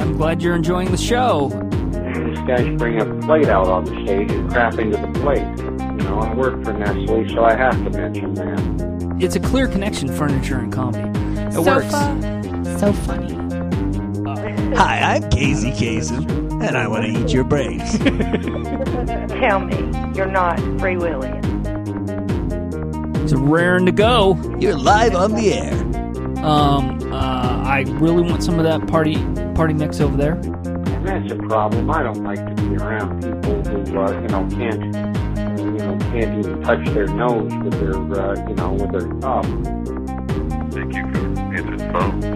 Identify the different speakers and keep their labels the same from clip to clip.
Speaker 1: I'm glad you're enjoying the show.
Speaker 2: These guys bring a plate out on the stage and crap into the plate. You know, I work for Nestle, so I have to mention that.
Speaker 1: It's a clear connection, furniture and comedy. It works.
Speaker 3: Sofa. So funny.
Speaker 4: Hi, I'm Casey Kasem, and I want to eat your brains.
Speaker 5: Tell me, you're not free willing.
Speaker 1: It's raring to go.
Speaker 4: You're live on the air.
Speaker 1: Um, uh, I really want some of that party party mix over there.
Speaker 2: And that's a problem. I don't like to be around people who, uh, you know, can't, you know, can't even touch their nose with their, uh, you know, with their thumb.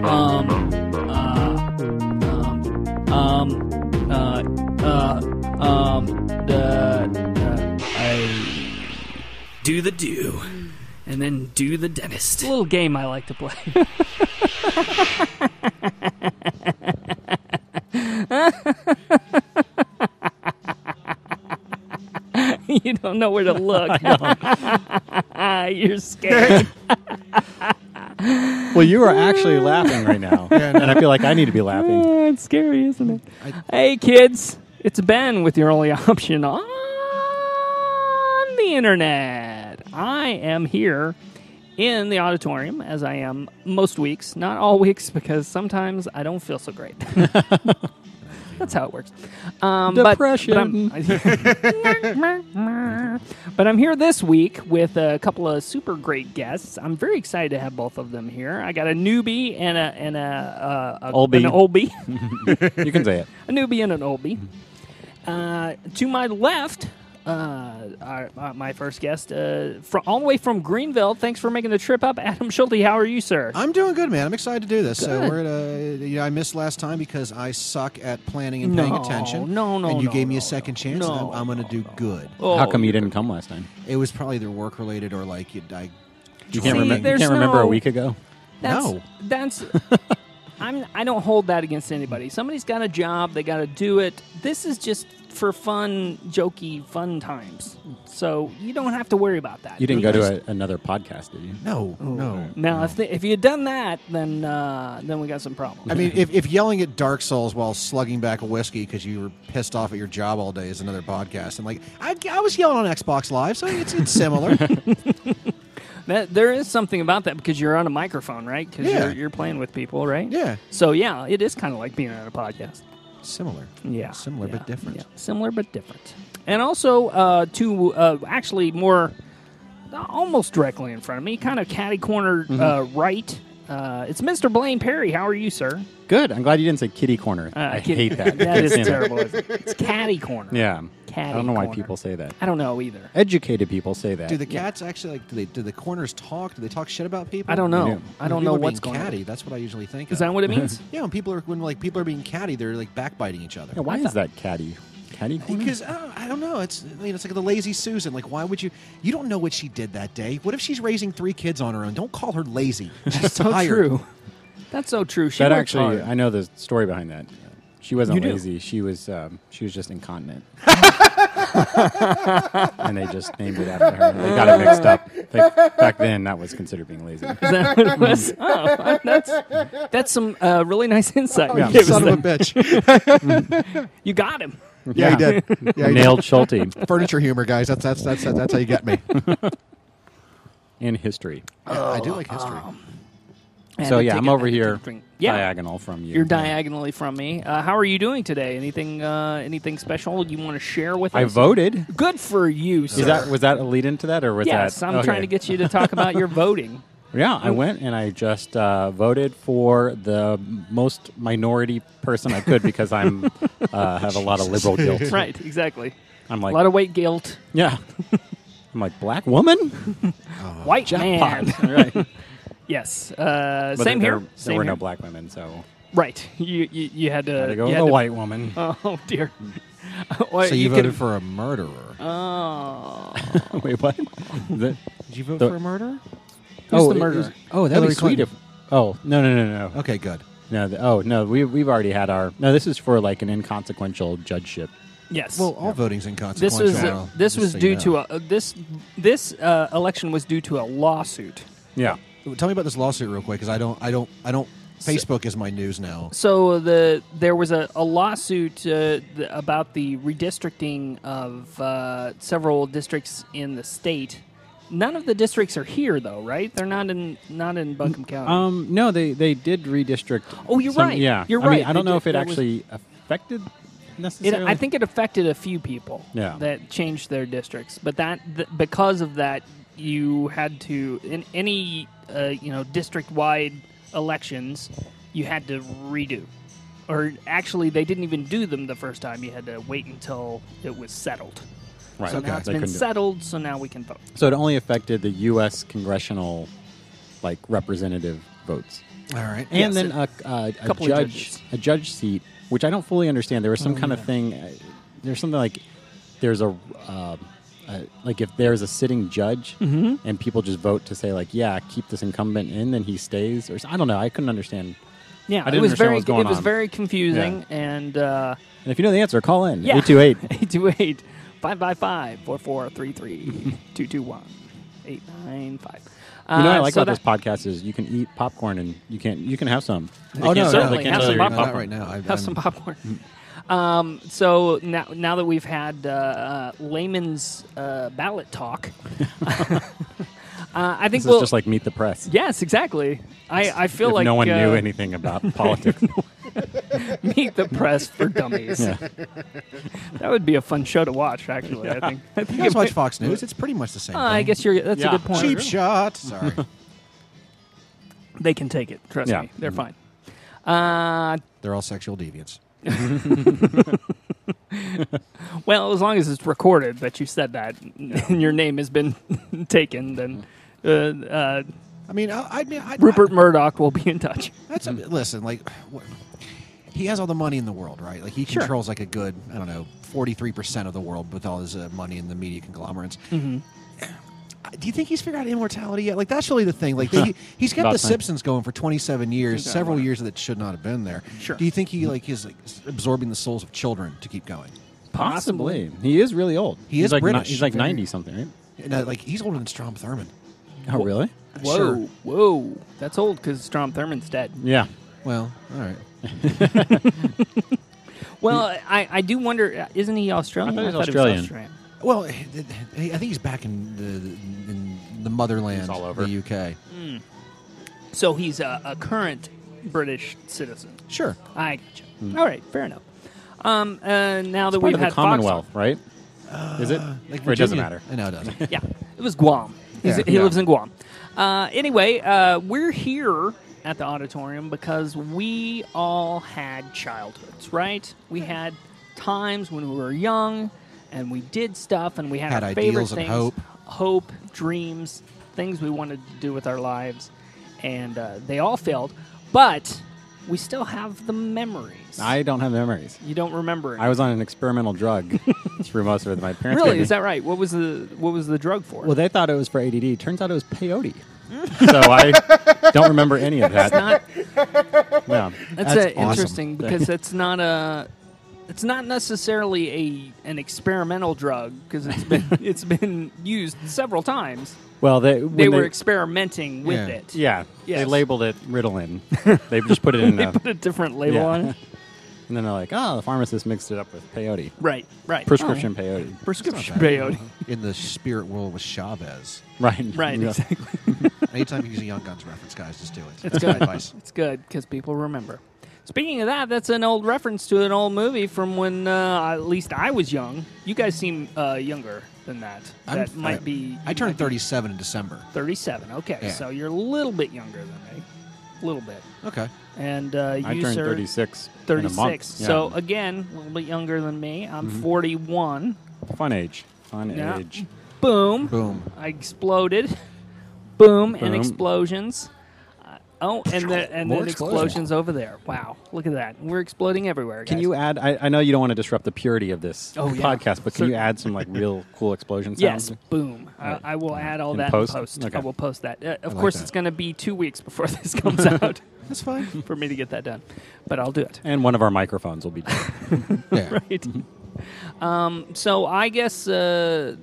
Speaker 1: Um, uh, um, um, uh, uh, um, the, uh, I,
Speaker 6: Do the do, and then do the dentist.
Speaker 1: little game I like to play. you don't know where to look. You're scared.
Speaker 7: Well, you are actually laughing right now, and I feel like I need to be laughing.
Speaker 1: Ah, it's scary, isn't it? hey, kids, it's Ben with your only option on the internet. I am here in the auditorium as I am most weeks, not all weeks, because sometimes I don't feel so great. That's how it works. Um, but-
Speaker 7: Depression.
Speaker 1: But, I'm, But I'm here this week with a couple of super great guests. I'm very excited to have both of them here. I got a newbie and a and a, a, a
Speaker 7: Oldie.
Speaker 1: an oldie
Speaker 7: You can say it.
Speaker 1: a newbie and an oldie. Uh, to my left, uh, our, uh, my first guest, uh, fro- all the way from Greenville. Thanks for making the trip up, Adam Schulte. How are you, sir?
Speaker 8: I'm doing good, man. I'm excited to do this. So
Speaker 1: Good.
Speaker 8: we're at a, you know, I missed last time because I suck at planning and paying
Speaker 1: No,
Speaker 8: attention.
Speaker 1: no, no,
Speaker 8: And you
Speaker 1: no,
Speaker 8: gave me
Speaker 1: no,
Speaker 8: a second
Speaker 1: no,
Speaker 8: chance.
Speaker 1: no,
Speaker 8: and I'm, I'm going to do good.
Speaker 7: How come
Speaker 1: Oh.
Speaker 7: you didn't come last time?
Speaker 8: It was probably either work related or like you, I.
Speaker 7: You can't,
Speaker 1: See,
Speaker 7: remem- you
Speaker 1: there's
Speaker 7: can't remember a
Speaker 1: no-
Speaker 7: week ago.
Speaker 1: That's,
Speaker 8: No.
Speaker 1: That's. I'm. I don't hold that against anybody. Somebody's got a job. They got to do it. This is just for fun, jokey, fun times. So you don't have to worry about that.
Speaker 7: You didn't go to a, another podcast, did you?
Speaker 8: No,
Speaker 1: Oh.
Speaker 8: no.
Speaker 1: Now, if they, if you had done that, then uh, then we got some problems.
Speaker 8: I mean, if, if yelling at Dark Souls while slugging back a whiskey because you were pissed off at your job all day is another podcast. And like, I, I was yelling on Xbox Live, so it's, it's similar.
Speaker 1: That, there is something about that because you're on a microphone, right? Because
Speaker 8: Yeah.
Speaker 1: you're, you're playing with people, right?
Speaker 8: Yeah.
Speaker 1: So yeah, it is kind of like being on a podcast.
Speaker 8: similar.
Speaker 1: Yeah.
Speaker 8: Similar
Speaker 1: Yeah.
Speaker 8: but different.
Speaker 1: Yeah. Similar but different. And also, uh, to uh, actually more almost directly in front of me, kind of catty cornered
Speaker 8: Mm-hmm.
Speaker 1: uh, right. Uh, it's Mr. Blaine Perry. How are you, sir?
Speaker 7: Good. I'm glad you didn't say kitty corner.
Speaker 1: Uh,
Speaker 7: I
Speaker 1: kid-
Speaker 7: hate that.
Speaker 1: that is
Speaker 7: Damn it.
Speaker 1: terrible. isn't it? It's catty corner.
Speaker 7: Yeah.
Speaker 1: Catty
Speaker 7: I don't know why
Speaker 1: corner.
Speaker 7: people say that.
Speaker 1: I don't know either.
Speaker 7: Educated people say that.
Speaker 8: Do the cats actually like? Do, they, do the corners talk? Do they talk shit about people?
Speaker 1: I don't know.
Speaker 7: Yeah.
Speaker 1: I don't
Speaker 8: People
Speaker 1: know
Speaker 8: are
Speaker 1: what's
Speaker 8: being
Speaker 1: going
Speaker 8: catty.
Speaker 1: on.
Speaker 8: That's what I usually think.
Speaker 1: Is
Speaker 8: of.
Speaker 1: that what it means?
Speaker 8: Yeah, when people are when like people are being catty, they're like backbiting each other.
Speaker 7: Yeah, why is that catty? Catty corner?
Speaker 8: Because I don't, I don't know, it's you know, it's like the lazy Susan. Like, why would you? You don't know what she did that day. What if she's raising three kids on her own? Don't call her lazy. She's
Speaker 1: so
Speaker 8: tired.
Speaker 1: true. That's so true. She
Speaker 7: that
Speaker 1: worked
Speaker 7: actually,
Speaker 1: hard.
Speaker 7: I know the story behind that. She wasn't
Speaker 1: You do?
Speaker 7: lazy. She was um, she was just incontinent, and they just named it after her. They got it mixed up. They, back then, that was considered being lazy.
Speaker 1: Is that what it was? Oh, that's that's some uh, really nice insight. you
Speaker 7: Yeah.
Speaker 8: You
Speaker 1: gave us
Speaker 8: son
Speaker 1: there.
Speaker 8: of a bitch.
Speaker 1: You got him.
Speaker 8: Yeah, he did. Yeah, he did.
Speaker 7: Nailed Schulte
Speaker 8: Furniture humor, guys. That's that's that's that's how you get me.
Speaker 7: in history.
Speaker 8: I do like history.
Speaker 1: Oh, um,
Speaker 7: so
Speaker 1: And
Speaker 7: yeah,
Speaker 1: take
Speaker 7: I'm
Speaker 1: a-
Speaker 7: over
Speaker 1: and take a
Speaker 7: here
Speaker 1: drink. Yeah,
Speaker 7: diagonal from you.
Speaker 1: you're diagonally from me. Uh, how are you doing today? Anything uh, anything special you want to share with
Speaker 7: I
Speaker 1: us?
Speaker 7: voted.
Speaker 1: Good for you, sir.
Speaker 7: Is that was that a lead into that or was
Speaker 1: yes,
Speaker 7: that?
Speaker 1: I'm
Speaker 7: okay.
Speaker 1: trying to get you to talk about your voting.
Speaker 7: Yeah, I went and I just uh, voted for the most minority person I could because I'm uh, have a lot of liberal guilt.
Speaker 1: right, exactly.
Speaker 7: I'm
Speaker 1: A
Speaker 7: like,
Speaker 1: lot of weight guilt.
Speaker 7: yeah. I'm like black woman. Oh,
Speaker 1: White man.
Speaker 7: right. But
Speaker 1: yes. Uh,
Speaker 7: there-
Speaker 1: same
Speaker 7: there,
Speaker 1: here.
Speaker 7: There
Speaker 1: same
Speaker 7: were
Speaker 1: here.
Speaker 7: no black women, so
Speaker 1: Right. You you, you had to,
Speaker 7: I had to go
Speaker 1: you
Speaker 7: with
Speaker 1: had
Speaker 7: a
Speaker 1: to-
Speaker 7: white woman.
Speaker 1: Oh dear. Well,
Speaker 8: So you,
Speaker 1: could-
Speaker 8: voted for a murderer?
Speaker 1: Uh, Oh.
Speaker 7: Wait, what? The-
Speaker 8: Did you vote
Speaker 7: the-
Speaker 8: for a murderer?
Speaker 1: Who's
Speaker 7: oh,
Speaker 1: the
Speaker 7: it
Speaker 1: murderer?
Speaker 7: was- oh, that'd
Speaker 8: Hillary
Speaker 7: be sweet. If,
Speaker 8: Clinton.
Speaker 7: oh no no no no
Speaker 8: Okay, good.
Speaker 7: no. The, oh no, we we've already had our. No, this is for like an inconsequential judgeship.
Speaker 1: yes.
Speaker 8: Well, all voting's inconsequential.
Speaker 1: this was uh,
Speaker 8: now,
Speaker 1: this
Speaker 8: just
Speaker 1: was
Speaker 8: so you
Speaker 1: due
Speaker 8: know.
Speaker 1: to a uh, this this uh, election was due to a lawsuit.
Speaker 7: Yeah.
Speaker 8: Tell me about this lawsuit real quick, because I don't, I don't, I don't Facebook is my news now.
Speaker 1: So the there was a, a lawsuit uh, th- about the redistricting of uh, several districts in the state. None of the districts are here, though, right? They're not in not in Buncombe County.
Speaker 7: Um, no, they they did redistrict.
Speaker 1: Oh, you're
Speaker 7: some-
Speaker 1: right.
Speaker 7: Yeah,
Speaker 1: You're
Speaker 7: I mean,
Speaker 1: right.
Speaker 7: I don't
Speaker 1: They
Speaker 7: know
Speaker 1: did-
Speaker 7: if it
Speaker 1: that was-
Speaker 7: actually affected
Speaker 1: It,
Speaker 7: necessarily.
Speaker 1: I think it affected a few people
Speaker 7: Yeah.
Speaker 1: that changed their districts, but that th- because of that, you had to in any uh, you know district wide elections, you had to redo, or actually they didn't even do them the first time. You had to wait until it was settled.
Speaker 7: right.
Speaker 1: So now it's
Speaker 7: they
Speaker 1: been
Speaker 7: couldn't do it.
Speaker 1: settled, so now we can vote.
Speaker 7: So it only affected the U.S. congressional, like representative votes,
Speaker 8: All right.
Speaker 1: Yes,
Speaker 7: and then
Speaker 1: it-
Speaker 7: a, a, a
Speaker 1: couple of
Speaker 7: judge
Speaker 1: judges. Oh,
Speaker 7: a judge seat, which I don't fully understand. There was some kind of thing. Uh, there's something like there's a. Uh, uh, like if there's a sitting judge
Speaker 1: Mm-hmm.
Speaker 7: and people just vote to say like yeah keep this incumbent in then he stays or s- I don't know I couldn't understand
Speaker 1: Yeah,
Speaker 7: didn't
Speaker 1: it was
Speaker 7: understand
Speaker 1: very
Speaker 7: what was going
Speaker 1: it was
Speaker 7: on.
Speaker 1: very confusing, and uh,
Speaker 7: and if you know the answer call in
Speaker 1: yeah,
Speaker 7: eight two eight
Speaker 1: 828 555 4433 221 895.
Speaker 7: you know what I like
Speaker 1: Uh, so
Speaker 7: about
Speaker 1: that-
Speaker 7: this podcast is you can eat popcorn and you can you can have some They
Speaker 8: Oh
Speaker 7: can't
Speaker 8: no,
Speaker 7: tell-
Speaker 8: no,
Speaker 1: certainly
Speaker 7: they
Speaker 1: have
Speaker 7: can't tell
Speaker 1: some
Speaker 7: you're eating
Speaker 1: popcorn.
Speaker 8: not right now. I,
Speaker 1: Have some popcorn. Um, so now, now that we've had uh, uh, layman's uh, ballot talk, uh, I think
Speaker 7: This
Speaker 1: we'll.
Speaker 7: is just like meet the press
Speaker 1: yes, exactly. I, I feel
Speaker 7: if
Speaker 1: like
Speaker 7: no one
Speaker 1: uh,
Speaker 7: knew anything about politics.
Speaker 1: Meet the press for dummies. That would be a fun show to watch. Actually, I think. I, think
Speaker 8: You guys
Speaker 1: it-
Speaker 8: watch Fox News? It's pretty much the same.
Speaker 1: Uh, I
Speaker 8: thing.
Speaker 1: guess you're. That's
Speaker 7: Yeah.
Speaker 1: a good point.
Speaker 8: cheap shot. Sorry.
Speaker 1: They can take it. Trust
Speaker 7: Yeah. Mm-hmm.
Speaker 1: me, they're fine. Uh,
Speaker 8: They're all sexual deviants.
Speaker 1: well, as long as it's recorded that you said that and your name has been taken, then uh, uh,
Speaker 8: I mean, I, I mean, I,
Speaker 1: Rupert Murdoch will be in touch.
Speaker 8: That's a, listen, like wh- he has all the money in the world, right? Like he
Speaker 1: Sure.
Speaker 8: controls like a good, I don't know, forty three percent of the world with all his uh, money in the media conglomerates. Uh, Do you think he's figured out immortality yet? Like that's really the thing. Like he, he's got
Speaker 7: About
Speaker 8: the
Speaker 7: time.
Speaker 8: Simpsons going for twenty seven years,
Speaker 1: Yeah,
Speaker 8: several
Speaker 1: whatever.
Speaker 8: years that should not have been there.
Speaker 1: Sure.
Speaker 8: Do you think he like is like, s- absorbing the souls of children to keep going?
Speaker 7: Possibly. He is really old.
Speaker 8: He
Speaker 7: he's
Speaker 8: is
Speaker 7: like ni-
Speaker 8: British.
Speaker 7: he's like
Speaker 8: Very-
Speaker 7: 90 something, right?
Speaker 8: And, uh, like he's older than Strom Thurmond.
Speaker 7: Oh, really?
Speaker 1: Whoa,
Speaker 8: Sure.
Speaker 1: whoa, that's old because Strom Thurmond's dead.
Speaker 7: Yeah.
Speaker 8: Well, all right.
Speaker 1: Well, I, I do wonder, uh, isn't he Australian?
Speaker 7: I thought he was
Speaker 1: he
Speaker 7: Australian.
Speaker 8: Well, I I think he's back in the in the motherland,
Speaker 7: He's all over.
Speaker 8: the UK.
Speaker 1: So he's a, a current British citizen.
Speaker 8: Sure.
Speaker 1: I gotcha. All right, fair enough. Um, uh, now that
Speaker 7: Hmm. Part
Speaker 1: we've
Speaker 7: of the
Speaker 1: had Fox on- Uh,
Speaker 7: Commonwealth, right? Is it?
Speaker 8: Like
Speaker 7: or it doesn't
Speaker 8: Virginia-
Speaker 7: matter.
Speaker 8: I know it doesn't.
Speaker 1: yeah, it was Guam. He's-
Speaker 8: Yeah.
Speaker 1: he
Speaker 7: Yeah.
Speaker 1: lives in Guam. Uh, anyway, uh, we're here at the auditorium because we all had childhoods, right? We had times when we were young and we did stuff and we had,
Speaker 8: Had
Speaker 1: our favorite
Speaker 8: ideals and
Speaker 1: things,
Speaker 8: hope.
Speaker 1: hope, dreams, things we wanted to do with our lives, and uh, they all failed. But we still have the memories.
Speaker 7: I don't have memories.
Speaker 1: you don't remember. it.
Speaker 7: I was on an experimental drug through most of it. My parents gave
Speaker 1: really?
Speaker 7: me-
Speaker 1: Is that right? What was the what was the drug for?
Speaker 7: Well, they thought it was for ADD. Turns out it was peyote. so I don't remember any of that. yeah.
Speaker 1: That's,
Speaker 8: That's
Speaker 1: uh,
Speaker 8: awesome.
Speaker 1: interesting because it's not a, it's not necessarily a an experimental drug because it's been it's been used several times.
Speaker 7: Well, they when
Speaker 1: They were experimenting with
Speaker 8: Yeah.
Speaker 1: it.
Speaker 7: yeah. They
Speaker 1: Yes.
Speaker 7: labeled it Ritalin. they just put it in
Speaker 1: they
Speaker 7: a,
Speaker 1: put a different label
Speaker 7: Yeah.
Speaker 1: on it.
Speaker 7: and then they're like, "Oh, the pharmacist mixed it up with peyote,
Speaker 1: Right, right.
Speaker 7: prescription peyote."
Speaker 1: Oh, prescription peyote.
Speaker 8: in the spirit world with Chavez.
Speaker 7: Right.
Speaker 1: Right,
Speaker 7: Yeah.
Speaker 1: exactly.
Speaker 8: Anytime you use a Young Guns reference, guys, just do it.
Speaker 1: It's
Speaker 8: my
Speaker 1: good.
Speaker 8: advice.
Speaker 1: It's good because people remember. Speaking of that, that's an old reference to an old movie from when uh, at least I was young. You guys seem uh, younger than that.
Speaker 8: I'm-
Speaker 1: that might
Speaker 8: I-
Speaker 1: be.
Speaker 8: I turned 37 in December.
Speaker 1: 37. Okay,
Speaker 8: Yeah.
Speaker 1: so you're a little bit younger than me, a little bit.
Speaker 8: Okay.
Speaker 1: And uh, you,
Speaker 7: I turned
Speaker 1: sir,
Speaker 7: 36. in a
Speaker 1: 36.
Speaker 7: month.
Speaker 1: So
Speaker 7: Yeah. Mm-hmm.
Speaker 1: again, a little bit younger than me. I'm 41.
Speaker 7: fun age, fun
Speaker 1: Yeah.
Speaker 7: age.
Speaker 1: Boom!
Speaker 8: Boom.
Speaker 1: I exploded. Boom! And
Speaker 7: Boom.
Speaker 1: explosions. Uh, oh, and the, and
Speaker 8: More
Speaker 1: then explosions over there. Wow! Look at that. We're exploding everywhere.
Speaker 7: Can
Speaker 1: guys.
Speaker 7: you add? I, I know you don't want to disrupt the purity of this
Speaker 1: Oh, yeah.
Speaker 7: podcast, but can you
Speaker 1: Cer-
Speaker 7: add some like real cool explosion sounds?
Speaker 1: Yes, boom.
Speaker 7: Alright.
Speaker 1: I, I will add all
Speaker 7: In
Speaker 1: that
Speaker 7: post?
Speaker 1: in post.
Speaker 7: Okay.
Speaker 1: I will post that. Uh, of
Speaker 8: like
Speaker 1: course,
Speaker 8: that.
Speaker 1: it's going to be two weeks before this comes out
Speaker 8: That's fine.
Speaker 1: for me to get that done, but I'll do it.
Speaker 7: And one of our microphones will be.
Speaker 8: Yeah.
Speaker 1: right? um, so I guess uh,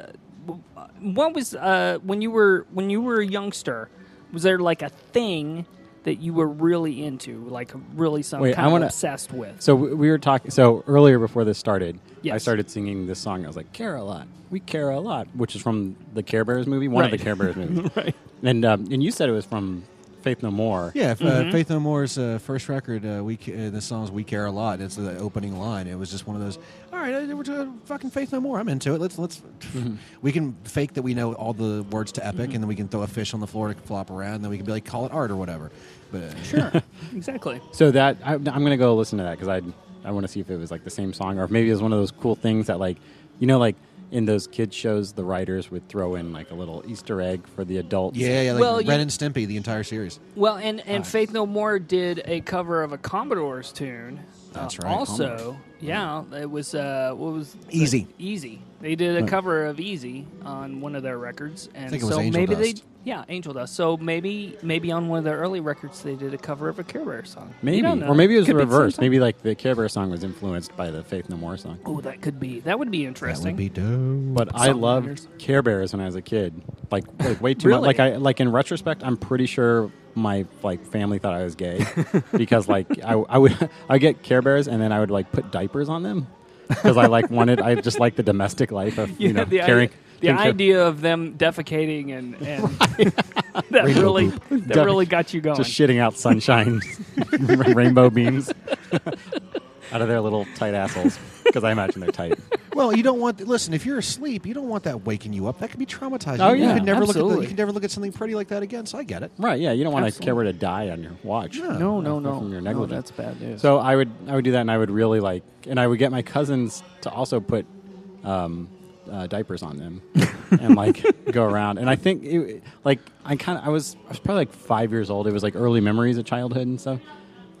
Speaker 1: uh, w- what was uh, when you were when you were a youngster? Was there like a thing that you were really into, like really some
Speaker 7: Wait,
Speaker 1: kind
Speaker 7: I
Speaker 1: of
Speaker 7: wanna-
Speaker 1: obsessed with.
Speaker 7: So we we were talking. So earlier before this started, I
Speaker 1: Yes.
Speaker 7: started singing this song. I was like, "Care a lot, we care a lot," which is from the Care Bears movie, one
Speaker 1: Right.
Speaker 7: of the Care Bears movies.
Speaker 1: Right.
Speaker 7: And um, and you said it was from Faith No More.
Speaker 8: Yeah, if,
Speaker 1: Mm-hmm.
Speaker 8: uh, Faith No More's uh, first record, uh, we ca- uh, the song's "We Care a Lot." It's the opening line. It was just one of those. All right, uh, we're doing fucking Faith No More. I'm into it. Let's let's. We can fake that we know all the words to Epic, and then we can throw a fish on the floor to flop around. And then we can be like, call it art or whatever. But uh,
Speaker 1: Sure. exactly.
Speaker 7: So that I, I'm going to go listen to that because I I want to see if it was like the same song or if maybe it was one of those cool things that like you know like in those kids shows the writers would throw in like a little Easter egg for the adults.
Speaker 8: yeah, yeah, like
Speaker 1: Well,
Speaker 8: Ren
Speaker 1: you-
Speaker 8: and Stimpy, the entire series.
Speaker 1: Well, and and Faith No More did a cover of a Commodores tune.
Speaker 8: That's
Speaker 1: Uh,
Speaker 8: right,
Speaker 1: Also,
Speaker 8: Commodores.
Speaker 1: yeah, it was uh, what was the-
Speaker 8: Easy.
Speaker 1: Easy. They did a cover of Easy on one of their records, and
Speaker 8: think it
Speaker 1: so
Speaker 8: was Angel
Speaker 1: maybe they
Speaker 8: Dust.
Speaker 1: yeah Angel Dust. So maybe maybe on one of their early records they did a cover of a Care Bear song. You
Speaker 7: Maybe,
Speaker 1: don't know.
Speaker 7: or maybe it was
Speaker 1: Could
Speaker 7: the
Speaker 1: be the same
Speaker 7: reverse.
Speaker 1: song.
Speaker 7: Maybe like the Care Bear song was influenced by the Faith No More song.
Speaker 1: Oh, that could be. That would be
Speaker 8: That
Speaker 1: interesting.
Speaker 8: would be dope.
Speaker 7: But I
Speaker 1: Song
Speaker 7: loved
Speaker 1: writers.
Speaker 7: Care Bears when I was a kid. Like, like way too
Speaker 1: Really?
Speaker 7: much. Like I like in retrospect, I'm pretty sure my like family thought I was gay because like I, I would I get Care Bears and then I would like put diapers on them because I like wanted I just like the domestic life of you
Speaker 1: Yeah,
Speaker 7: know
Speaker 1: the
Speaker 7: caring.
Speaker 1: idea, the
Speaker 7: taking care-
Speaker 1: idea of them defecating and, and that really that
Speaker 7: Defec-
Speaker 1: really got you going.
Speaker 7: Just shitting out sunshine, rainbow beams out of their little tight assholes because I imagine they're tight.
Speaker 8: well, you don't want. Listen, if you're asleep, you don't want that waking you up. That could be traumatizing.
Speaker 7: Oh,
Speaker 8: you
Speaker 7: yeah,
Speaker 8: could never look at the,
Speaker 1: absolutely.
Speaker 8: you could never look at something pretty like that again. So I get it.
Speaker 7: Right? Yeah, you don't want a
Speaker 1: Absolutely.
Speaker 7: Care Bear to die on your watch.
Speaker 1: no, no,
Speaker 7: from
Speaker 1: no. no,
Speaker 7: your
Speaker 1: that's
Speaker 7: negligence.
Speaker 1: bad news.
Speaker 7: So I would I would do that, and I would really like, and I would get my cousins to also put um, uh, diapers on them and like go around. And I think it, like I kind of I was I was probably like five years old. It was like early memories of childhood and stuff.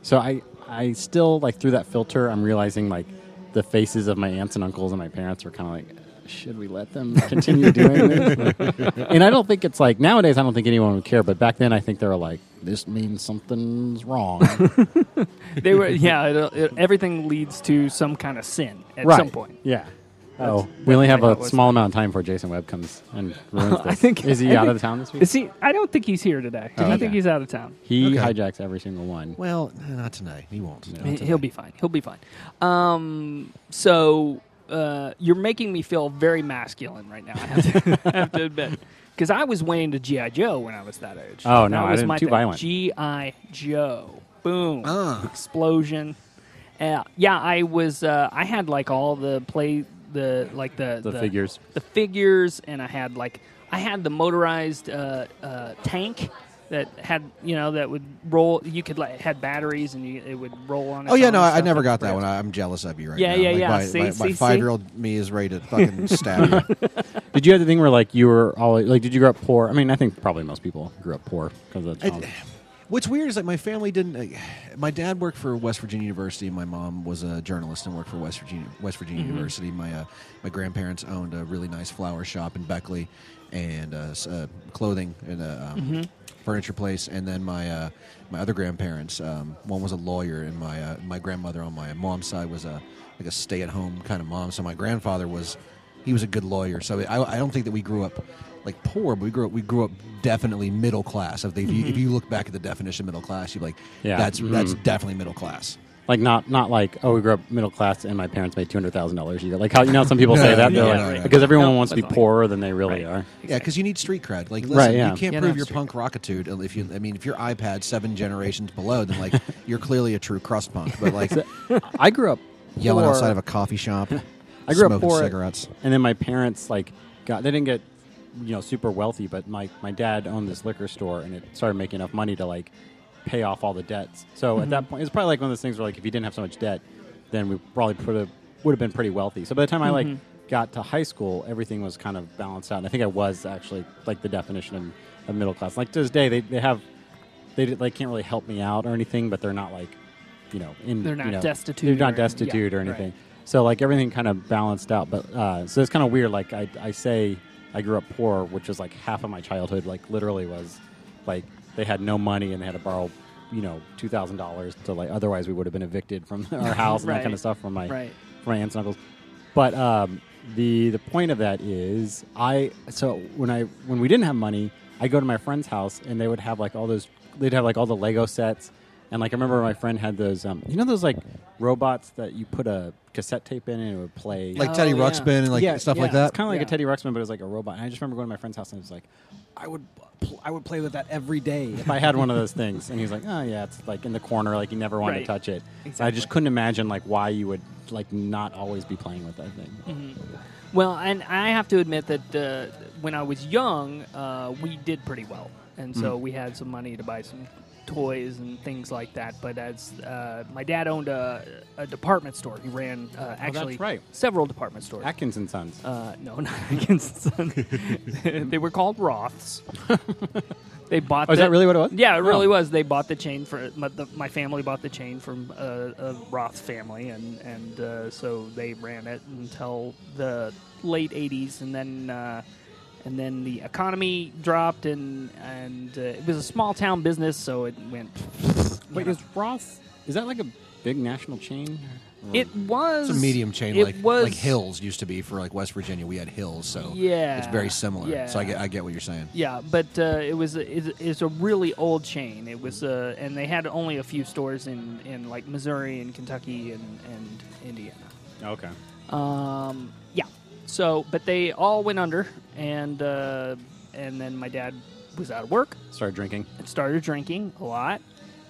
Speaker 7: So I I still like through that filter, I'm realizing like the faces of my aunts and uncles and my parents were kind of like. Should we let them continue doing this? and I don't think it's like nowadays. I don't think anyone would care, but back then I think they were like, "This means something's wrong."
Speaker 1: they were yeah it, it, everything leads to some kind of sin at some point
Speaker 7: Yeah.
Speaker 1: That's-
Speaker 7: Oh, we only
Speaker 1: that's
Speaker 7: have
Speaker 1: how it
Speaker 7: a
Speaker 1: was.
Speaker 7: small amount of time before Jason Webb comes and ruins this.
Speaker 1: I think
Speaker 7: is he
Speaker 1: I
Speaker 7: out
Speaker 1: think-
Speaker 7: of the town this week? Oh,
Speaker 1: is he i don't think he's here today i
Speaker 7: he?
Speaker 1: think he's out of town
Speaker 7: He
Speaker 8: Okay.
Speaker 7: hijacks every single one.
Speaker 8: Well, not tonight. He won't. Not
Speaker 1: He-
Speaker 8: tonight.
Speaker 1: he'll be fine he'll be fine um so uh, you're making me feel very masculine right now i have to, I have to admit because i was way into gi joe when i was that age
Speaker 7: Oh, no,
Speaker 1: that
Speaker 7: I
Speaker 1: was
Speaker 7: didn't-
Speaker 1: my
Speaker 7: too
Speaker 1: thing.
Speaker 7: violent.
Speaker 1: gi joe boom
Speaker 8: Ah.
Speaker 1: explosion yeah Uh, yeah i was uh, i had like all the play the like the
Speaker 7: The figures.
Speaker 1: the figures, and I had like I had the motorized uh, uh, tank that had you know that would roll. You could like it had batteries, and you, it would roll on.
Speaker 8: Oh
Speaker 1: its
Speaker 8: yeah,
Speaker 1: own
Speaker 8: no,
Speaker 1: and
Speaker 8: I, I
Speaker 1: stuff.
Speaker 8: never got that one. I, I'm jealous of you right
Speaker 1: Yeah,
Speaker 8: now.
Speaker 1: yeah,
Speaker 8: Like,
Speaker 1: yeah.
Speaker 8: My,
Speaker 1: See,
Speaker 8: my,
Speaker 1: see, see?
Speaker 8: five year old me is ready to fucking stab you.
Speaker 7: Did you have the thing where like you were always like? Did you grow up poor? I mean, I think probably most people grew up poor because that's.
Speaker 8: It- what's weird is like my family didn't. Uh, my dad worked for West Virginia University. and My mom was a journalist and worked for West Virginia West Virginia University. My uh, my grandparents owned a really nice flower shop in Beckley, and uh, s- uh, clothing and a um, furniture place. And then my uh, my other grandparents, um, one was a lawyer, and my uh, my grandmother on my mom's side was a like a stay at home kind of mom. So my grandfather was he was a good lawyer. So I, I don't think that we grew up like poor, but we grew up, we grew up definitely middle class. If, they, if you- if you look back at the definition of middle class, you'd be like,
Speaker 7: Mm-hmm. Yeah.
Speaker 8: that's
Speaker 7: Mhm.
Speaker 8: that's definitely middle class.
Speaker 7: like not not like oh we grew up middle class and my parents made two hundred thousand dollars a year. Like how you know how some people say
Speaker 8: No,
Speaker 7: that they're
Speaker 8: yeah,
Speaker 7: like
Speaker 8: right.
Speaker 7: because everyone
Speaker 1: No,
Speaker 7: wants to be
Speaker 1: that's not-
Speaker 7: poorer than they really
Speaker 1: Right.
Speaker 7: are.
Speaker 8: Yeah, because you need street cred. Like, listen,
Speaker 7: Right, yeah.
Speaker 8: you can't
Speaker 1: Yeah,
Speaker 8: prove
Speaker 1: no,
Speaker 8: your
Speaker 1: street
Speaker 8: punk rockitude if you. I mean, if your iPad seven generations below, then like you're clearly a true crust punk. But like
Speaker 7: I grew up
Speaker 8: yelling
Speaker 7: poor.
Speaker 8: outside of a coffee shop,
Speaker 7: I grew up
Speaker 8: smoking
Speaker 7: poor.
Speaker 8: cigarettes.
Speaker 7: And then my parents like got they didn't get you know super wealthy, but my my dad owned this liquor store and it started making enough money to like pay off all the debts. So at
Speaker 1: Mm-hmm.
Speaker 7: that point, it's probably like one of those things where like if you didn't have so much debt, then we probably put a, would have been pretty wealthy. So by the time I like
Speaker 1: Mm-hmm.
Speaker 7: got to high school, everything was kind of balanced out. And I think I was actually like the definition of, of middle class. Like to this day, they they have they did, like can't really help me out or anything, but they're not like you know in
Speaker 1: They're not
Speaker 7: you know,
Speaker 1: destitute
Speaker 7: They're
Speaker 1: or
Speaker 7: not
Speaker 1: any- yeah,
Speaker 7: destitute or
Speaker 1: right.
Speaker 7: anything. So like everything kind of balanced out, but uh, so it's kind of weird. Like I, I say, I grew up poor, which was like half of my childhood. Like literally was, like they had no money and they had to borrow, you know, two thousand dollars to like otherwise we would have been evicted from our house and that kind
Speaker 1: Right.
Speaker 7: of stuff from my
Speaker 1: Right.
Speaker 7: from my aunts and uncles. But um, the the point of that is I so when I when we didn't have money, I go to my friend's house and they would have like all those they'd have like all the Lego sets, and like I remember my friend had those. Um, you know those like robots that you put a cassette tape in and it would play
Speaker 8: like Teddy
Speaker 1: Oh, yeah.
Speaker 8: Ruxpin and like stuff like
Speaker 7: It's
Speaker 8: that.
Speaker 7: kind of like
Speaker 1: Yeah.
Speaker 7: a Teddy Ruxpin, but it was like a robot. And I just remember going to my friend's house and it was like, I would, pl- I would play with that every day if I had one of those things. And he's like, Oh yeah, it's like in the corner, like you never want
Speaker 1: Right.
Speaker 7: to touch it. I
Speaker 1: Exactly.
Speaker 7: just couldn't imagine like why you would like not always be playing with that thing.
Speaker 1: Well, and I have to admit that uh, when I was young, uh, we did pretty well, and so we had some money to buy some toys and things like that. But as uh, my dad owned a, a department store, he ran uh, actually
Speaker 7: right.
Speaker 1: several department stores.
Speaker 7: Atkins and Sons.
Speaker 1: Uh, no, not against Sons. they were called Roths. they bought.
Speaker 7: Oh, is
Speaker 1: the-
Speaker 7: that really what it was?
Speaker 1: Yeah, it really
Speaker 7: Oh.
Speaker 1: was. They bought the chain for my, the, my family bought the chain from a, a Roth family, and and uh, so they ran it until the late '80s, and then. Uh, and then the economy dropped, and and uh, it was a small town business, so it went.
Speaker 7: Wait, is Roth? Is that like a big national chain?
Speaker 1: It was
Speaker 8: It's a medium chain,
Speaker 1: It
Speaker 8: like
Speaker 1: was
Speaker 8: like Hills used to be for like West Virginia. We had Hills, so
Speaker 1: Yeah.
Speaker 8: it's very similar.
Speaker 1: Yeah.
Speaker 8: So I get I get what you're saying.
Speaker 1: Yeah, but uh, it was it's, it's a really old chain. It was uh, and they had only a few stores in, in like Missouri and Kentucky and, and Indiana.
Speaker 7: Okay.
Speaker 1: Um, yeah. So, but they all went under, and uh, and then my dad was out of work
Speaker 7: Started drinking.
Speaker 1: and started drinking a lot,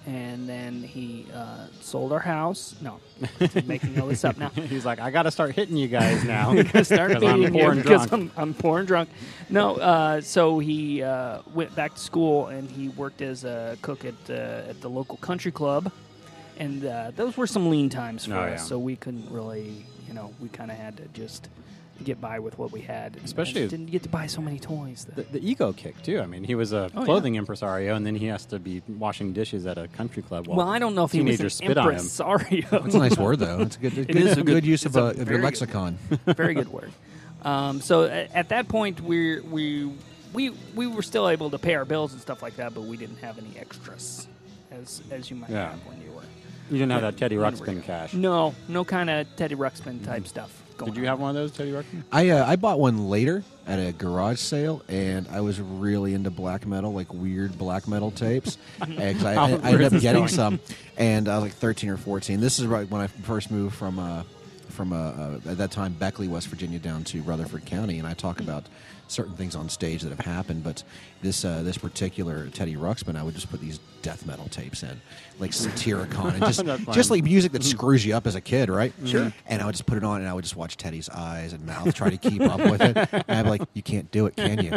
Speaker 1: and then he uh, sold our house. No, I'm making all this up now.
Speaker 7: He's like, I got to start hitting you guys now.
Speaker 1: start
Speaker 7: 'Cause I'm
Speaker 1: beating
Speaker 7: poor
Speaker 1: you
Speaker 7: and
Speaker 1: because
Speaker 7: drunk.
Speaker 1: I'm, I'm poor and drunk. No, uh, so he uh, went back to school and he worked as a cook at uh, at the local country club, and uh, those were some lean times for
Speaker 7: Oh,
Speaker 1: us.
Speaker 7: yeah.
Speaker 1: So we couldn't really, you know, we kind of had to just get by with what we had. and
Speaker 7: Especially-
Speaker 1: I just didn't get to buy so many toys.
Speaker 7: the,
Speaker 1: That,
Speaker 7: the ego kick too. I mean, he was a
Speaker 1: Oh, yeah.
Speaker 7: clothing impresario, and then he has to be washing dishes at a country club. While
Speaker 1: well, I don't know if he was an
Speaker 7: teenagers spit on him.
Speaker 1: impresario.
Speaker 8: That's a nice word though. It's a good, good,
Speaker 1: is a
Speaker 8: good
Speaker 1: good-
Speaker 8: use
Speaker 1: it's
Speaker 8: of,
Speaker 1: a
Speaker 8: a, of
Speaker 1: very
Speaker 8: your
Speaker 1: good-
Speaker 8: lexicon.
Speaker 1: very good word. Um, so at, at that point, we we we we were still able to pay our bills and stuff like that, but we didn't have any extras, as as you might
Speaker 7: Yeah.
Speaker 1: have when you were.
Speaker 7: You didn't have that Teddy
Speaker 1: when you were
Speaker 7: Ruxpin
Speaker 1: young.
Speaker 7: cash.
Speaker 1: No, no kind of Teddy Ruxpin type stuff. Going
Speaker 7: Mm-hmm. Did you have one of those Teddy Ruxpin?
Speaker 8: I uh, I bought one later at a garage sale, and I was really into black metal, like weird black metal tapes. And 'cause I, I, I
Speaker 7: Where is
Speaker 8: ended up
Speaker 7: this
Speaker 8: getting
Speaker 7: going?
Speaker 8: some, and I was like thirteen or fourteen. This is right when I first moved from uh, from uh, uh, at that time Beckley, West Virginia, down to Rutherford County, and I talk
Speaker 7: Mm-hmm.
Speaker 8: about certain things on stage that have happened. But this uh, this particular Teddy Ruxpin, I would just put these death metal tapes in, like Satyricon, and just
Speaker 7: That's
Speaker 8: just
Speaker 7: fine.
Speaker 8: like music
Speaker 1: Mm-hmm.
Speaker 8: that screws you up as a kid, right? Sure. And I would just put it on and I would just watch Teddy's eyes and mouth try to keep up with it. And I'd be like, you can't do it, can you?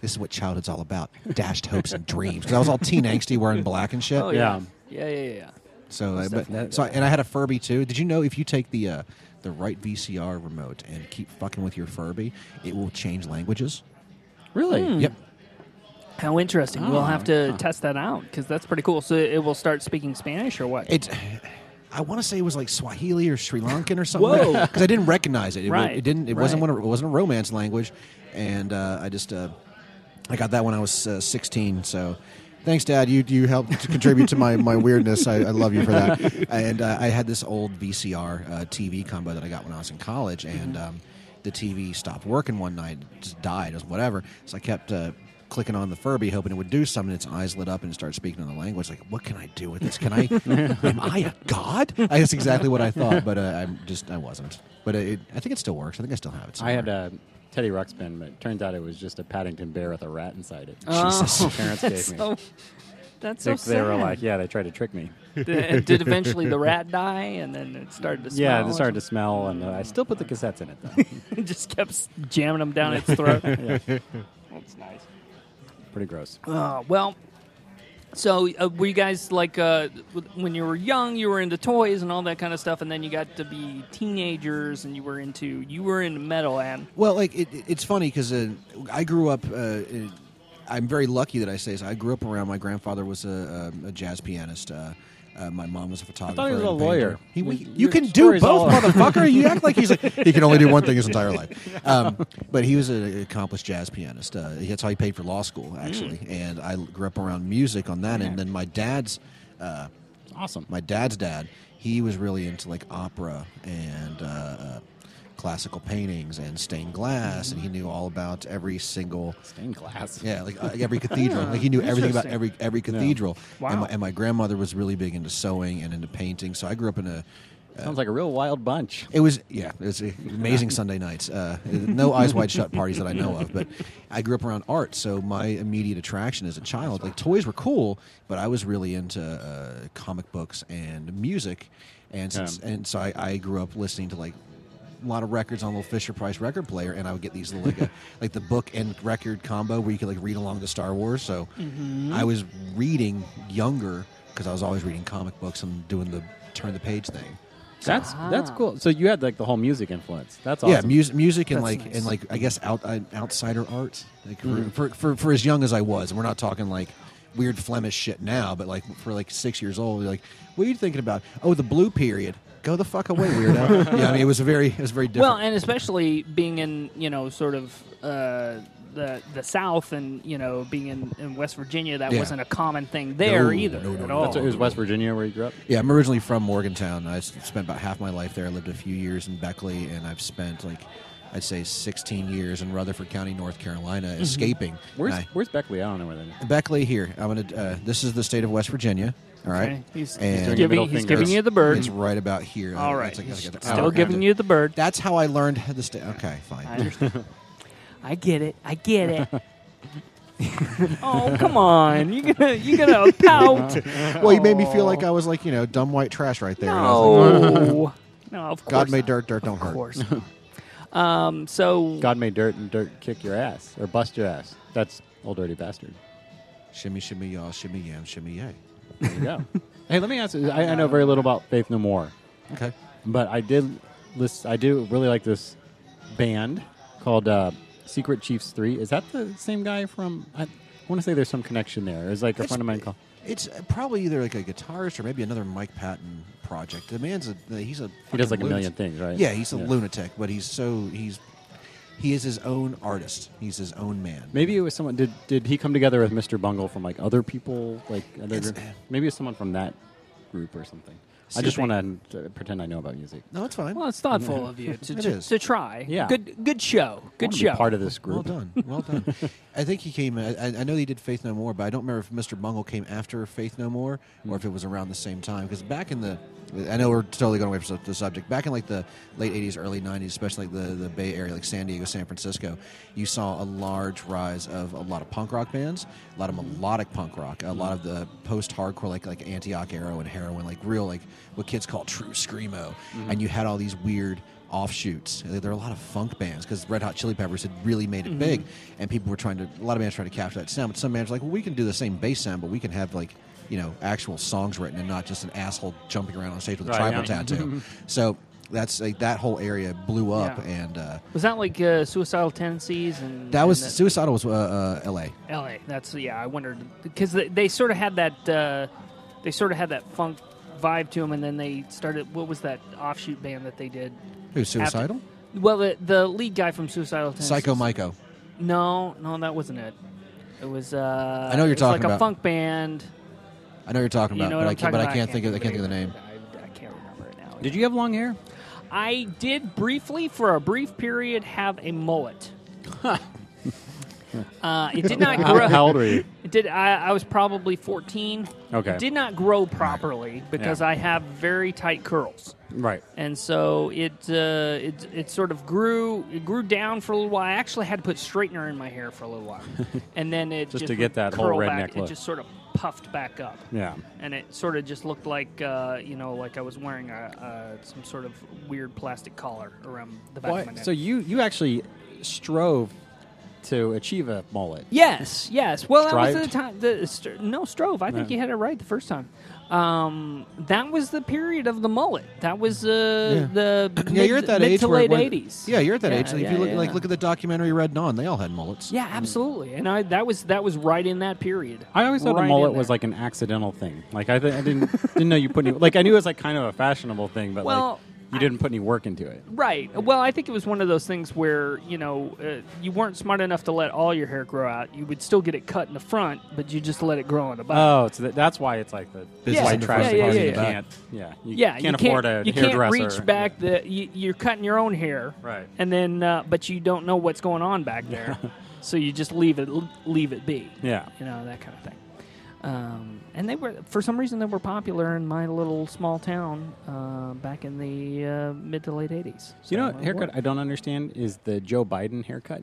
Speaker 8: This is what childhood's all about dashed hopes and dreams. Because I was all teen angsty wearing black and shit.
Speaker 1: Oh yeah, yeah, yeah, yeah. yeah.
Speaker 8: So, uh,
Speaker 1: Most
Speaker 8: but,
Speaker 1: definitely.
Speaker 8: so I- and I had a Furby too. Did you know if you take the, uh, the right VCR remote and keep fucking with your Furby, it will change languages?
Speaker 7: Really?
Speaker 8: Yep.
Speaker 1: How interesting.
Speaker 7: Oh,
Speaker 1: we'll have to
Speaker 7: huh.
Speaker 1: test that out because that's pretty cool. So it will start speaking Spanish or what?
Speaker 8: It. I want to say it was like Swahili or Sri Lankan or something. Because I didn't recognize it. It, wa-
Speaker 1: Right,
Speaker 8: it didn't. It wasn't
Speaker 1: right.
Speaker 8: one. Of, it wasn't a romance language, and uh, I just uh, I got that when I was uh, 16. So. Thanks, Dad. You you helped to contribute to my, my weirdness. I, I love you for that. And uh, I had this old VCR uh, TV combo that I got when I was in college, and um, the TV stopped working one night, It just died, or whatever. So I kept uh, clicking on the Furby, hoping it would do something. Its eyes lit up and it started speaking in the language. Like, what can I do with this? Can I? am I a god? I, that's exactly what I thought, but uh, I'm just I wasn't. But it, I think it still works. I think I still have it.
Speaker 7: I
Speaker 8: Somewhere.
Speaker 7: had a Teddy Ruxpin, but it turns out it was just a Paddington bear with a rat inside it.
Speaker 1: Jesus.
Speaker 7: My parents
Speaker 1: Oh. that's
Speaker 7: gave me.
Speaker 1: so. That's
Speaker 7: they,
Speaker 1: so
Speaker 7: they
Speaker 1: sad.
Speaker 7: were like, yeah, they tried to trick me.
Speaker 1: Did did eventually the rat die, and then it started to.
Speaker 7: yeah,
Speaker 1: smell
Speaker 7: they
Speaker 1: or
Speaker 7: started to
Speaker 1: something?
Speaker 7: smell, and uh, I still put the cassettes in it though.
Speaker 1: It just kept jamming them down its throat. That's nice.
Speaker 7: Pretty gross.
Speaker 1: Uh, well, so uh, were you guys like uh, w- when you were young, you were into toys and all that kind of stuff, and then you got to be teenagers and you were into you were into metal and
Speaker 8: Well, like it, it- it's funny because uh, I grew up. Uh, in- I'm very lucky that I say this. I grew up around. My grandfather was a, um, a, a jazz pianist. Uh, uh, my mom was a photographer.
Speaker 7: was
Speaker 8: and
Speaker 7: a
Speaker 8: painter.
Speaker 7: lawyer.
Speaker 8: He,
Speaker 7: Your-
Speaker 8: we,
Speaker 7: your
Speaker 8: you can do
Speaker 7: story's all-
Speaker 8: both, motherfucker. You act like he's like he can only do one thing his entire life. Um, but he was an accomplished jazz pianist. Uh, that's how he paid for law school, actually.
Speaker 7: Mm.
Speaker 8: And I grew up around music on that. And then my dad's. Uh,
Speaker 7: Awesome.
Speaker 8: my dad's dad, he was really into like opera and uh, uh, classical paintings and stained glass, and he knew all about every single
Speaker 7: Stained glass.
Speaker 8: yeah, like uh, every cathedral. Like he knew everything about every every cathedral. And,
Speaker 1: Wow.
Speaker 8: my, and my grandmother was really big into sewing and into painting, so I grew up in a.
Speaker 7: Sounds like a real wild bunch.
Speaker 8: It was yeah, it was amazing Sunday nights. Uh, no eyes wide shut parties that I know of, but I grew up around art, so my immediate attraction as a child, like toys were cool, but I was really into uh, comic books and music, and since, and so I, I grew up listening to like a lot of records on a little Fisher Price record player, and I would get these little like, a, like the book and record combo where you could like read along to Star Wars. So I was reading younger because I was always reading comic books and doing the turn the page thing.
Speaker 7: That's that's cool. So you had like the whole music influence. That's awesome.
Speaker 8: Yeah, music, music, and
Speaker 1: That's
Speaker 8: like
Speaker 1: nice. Mm.
Speaker 8: and like I guess out uh, outsider art. Like for, for, for for as young as I was, and we're not talking like weird Flemish shit now, but like for like six years old, you're like, what are you thinking about? Oh, the blue period. Go the fuck away, weirdo. yeah, I mean, it was a very it was very different.
Speaker 1: Well, and especially being in you know sort of uh, the the South and you know being in, in West Virginia, that
Speaker 8: Yeah.
Speaker 1: wasn't a common thing there
Speaker 8: No,
Speaker 1: either
Speaker 8: no, no,
Speaker 1: at
Speaker 8: no.
Speaker 1: all.
Speaker 8: That's
Speaker 7: So it was West Virginia where you grew up.
Speaker 8: yeah, I'm originally from Morgantown. I s- spent about half my life there. I lived a few years in Beckley, and I've spent like I'd say 16 years in Rutherford County, North Carolina,
Speaker 1: Mm-hmm.
Speaker 8: escaping.
Speaker 7: Where's
Speaker 8: And I-
Speaker 7: Where's Beckley? I don't know where that is.
Speaker 8: Beckley here. I'm gonna. Uh, this is the state of West Virginia. All right.
Speaker 1: Okay. He's,
Speaker 8: And-
Speaker 1: he's
Speaker 7: Middle
Speaker 1: giving, he's
Speaker 7: finger.
Speaker 1: giving you the bird.
Speaker 8: It's right about here.
Speaker 1: All
Speaker 8: Uh,
Speaker 1: right,
Speaker 8: it's like-
Speaker 1: he's
Speaker 8: like an
Speaker 1: still
Speaker 8: hour
Speaker 1: giving
Speaker 8: after-
Speaker 1: you the bird.
Speaker 8: That's how I learned how to stay. Okay, fine.
Speaker 1: I understand. I get it. I get it. oh come on! You gonna you gonna pout?
Speaker 8: well, you made me feel like I was like you know dumb white trash right there. and I was like,
Speaker 1: No, no. Of course,
Speaker 8: God made
Speaker 1: not.
Speaker 8: dirt, dirt don't
Speaker 1: Of
Speaker 8: hurt.
Speaker 1: course. not. um. So
Speaker 7: God made dirt and dirt kick your ass or bust your ass. That's old dirty bastard.
Speaker 8: Shimmy, shimmy, y'all, shimmy, yam, shimmy, yay.
Speaker 7: There you go. hey, let me ask you. I, I know very little about Faith No More,
Speaker 8: Okay.
Speaker 7: but I did list. I do really like this band called uh, Secret Chiefs Three. Is that the same guy from? I, want to say there's some connection there. It's like a
Speaker 8: It's-
Speaker 7: friend of mine called.
Speaker 8: It's uh, probably either like a guitarist or maybe another Mike Patton project. The man's a he's a
Speaker 7: He does like
Speaker 8: fucking
Speaker 7: a
Speaker 8: lunatic.
Speaker 7: million things, right?
Speaker 8: Yeah, he's a lunatic, but he's so he's he is his own artist. He's his own man.
Speaker 7: Maybe it was someone. Did did he come together with Mr. Bungle from like other people? Like other
Speaker 8: It's-
Speaker 7: group? maybe it's someone from that group or something. I just want to pretend I know about music.
Speaker 8: No, it's fine.
Speaker 1: Well, it's thoughtful of you to,
Speaker 8: It
Speaker 1: to,
Speaker 8: is.
Speaker 1: to try.
Speaker 7: Yeah.
Speaker 1: Good good show.
Speaker 7: I
Speaker 1: Good
Speaker 7: wanna
Speaker 1: show.
Speaker 7: Be part of this group.
Speaker 8: Well done, well done. I think he came. I, I know he did Faith No More, but I don't remember if Mr. Bungle came after Faith No More or if it was around the same time. Because back in the, I know we're totally going away from the subject. Back in like the late '80s, early '90s, especially like the the Bay Area, like San Diego, San Francisco, you saw a large rise of a lot of punk rock bands, a lot of melodic punk rock, a lot of the post hardcore like like Antioch Arrow and Heroin, like real like what kids call true screamo, and you had all these weird offshoots. There there are a lot of funk bands because Red Hot Chili Peppers had really made it
Speaker 1: Mm-hmm.
Speaker 8: big, and people were trying to. A lot of bands trying to capture that sound, but some bands were like, well, we can do the same bass sound, but we can have like you know actual songs written and not just an asshole jumping around on stage with a tribal tattoo. so that's like that whole area blew up,
Speaker 1: Yeah.
Speaker 8: and uh,
Speaker 1: Was that like uh, suicidal tendencies and
Speaker 8: that was
Speaker 1: and the-
Speaker 8: Suicidal was uh, uh, L.A.
Speaker 1: L.A. That's yeah. I wondered because they, they sort of had that uh, they sort of had that funk vibe to them, and then they started. What was that offshoot band that they did?
Speaker 8: Who's Suicidal?
Speaker 1: Well, the, the lead guy from Suicidal Tendencies.
Speaker 8: Psycho Myco.
Speaker 1: No, no, that wasn't it. It was. Uh,
Speaker 8: I know what you're
Speaker 1: it was
Speaker 8: talking
Speaker 1: like
Speaker 8: about.
Speaker 1: a funk band.
Speaker 8: I know what you're talking
Speaker 1: You
Speaker 8: about,
Speaker 1: know
Speaker 8: but
Speaker 1: what
Speaker 8: I
Speaker 1: I'm
Speaker 8: can't.
Speaker 1: talking
Speaker 8: But
Speaker 1: about?
Speaker 8: I can't think of. I can't think of the name.
Speaker 1: I, I can't remember it now.
Speaker 7: Did you have long hair?
Speaker 1: I did briefly, for a brief period, have a mullet. uh, it did not grow.
Speaker 7: How, how old were you?
Speaker 1: It did I, I was probably 14.
Speaker 7: Okay.
Speaker 1: It did not grow properly because
Speaker 7: Yeah.
Speaker 1: I have very tight curls.
Speaker 7: Right.
Speaker 1: And so it, uh, it it sort of grew it grew down for a little while. I actually had to put straightener in my hair for a little while, and then it
Speaker 7: Just
Speaker 1: just,
Speaker 7: to get that whole
Speaker 1: curled back. It
Speaker 7: redneck look.
Speaker 1: just sort of puffed back up,
Speaker 7: Yeah.
Speaker 1: and it sort of just looked like uh, you know like I was wearing a, uh, some sort of weird plastic collar around the back of my neck.
Speaker 7: So you you actually strove to achieve a mullet.
Speaker 1: Yes, yes. Well, that was
Speaker 7: Strived?
Speaker 1: the time. The, st- no, strove. I think
Speaker 7: Yeah.
Speaker 1: you had it right the first time. Um, that was the period of the mullet. That was uh,
Speaker 8: Yeah.
Speaker 1: the
Speaker 8: Yeah,
Speaker 1: mid,
Speaker 8: you're at that
Speaker 1: mid
Speaker 8: age
Speaker 1: to
Speaker 8: where-
Speaker 1: late
Speaker 8: where-
Speaker 1: eighties.
Speaker 8: Yeah, you're at that
Speaker 1: Yeah,
Speaker 8: age. Like, if
Speaker 1: yeah,
Speaker 8: you look,
Speaker 1: yeah.
Speaker 8: like look at the documentary Red Dawn, they all had mullets.
Speaker 1: Yeah, absolutely. And I that was that was right in that period.
Speaker 7: Mm. I always thought
Speaker 1: Right
Speaker 7: a
Speaker 1: in
Speaker 7: mullet was
Speaker 1: there.
Speaker 7: like an accidental thing. Like I, th- I didn't didn't know you put any, like I knew it was like kind of a fashionable thing, but
Speaker 1: Well,
Speaker 7: like You didn't put any work into it.
Speaker 1: Right. Well, I think it was one of those things where you know uh, you weren't smart enough to let all your hair grow out. You would still get it cut in the front, but you just let it grow on the back.
Speaker 7: Oh, so that, that's why it's like the
Speaker 8: Business
Speaker 7: white
Speaker 8: in the
Speaker 7: trash.
Speaker 1: front,
Speaker 7: thing.
Speaker 1: yeah, yeah,
Speaker 7: you
Speaker 1: yeah.
Speaker 7: can't. Yeah, you
Speaker 1: yeah,
Speaker 7: can't
Speaker 1: you
Speaker 7: afford a
Speaker 1: you
Speaker 7: hairdresser.
Speaker 1: can't reach back the you, you're cutting your own hair,
Speaker 7: Right.
Speaker 1: And then, uh, but you don't know what's going on back there, so you just leave it leave it be.
Speaker 7: Yeah.
Speaker 1: you know that kind of thing. Um, and they were for some reason they were popular in my little small town uh, back in the uh, mid to late '80s.
Speaker 7: You know
Speaker 1: So,
Speaker 7: what
Speaker 1: uh,
Speaker 7: haircut I don't understand is the Joe Biden haircut.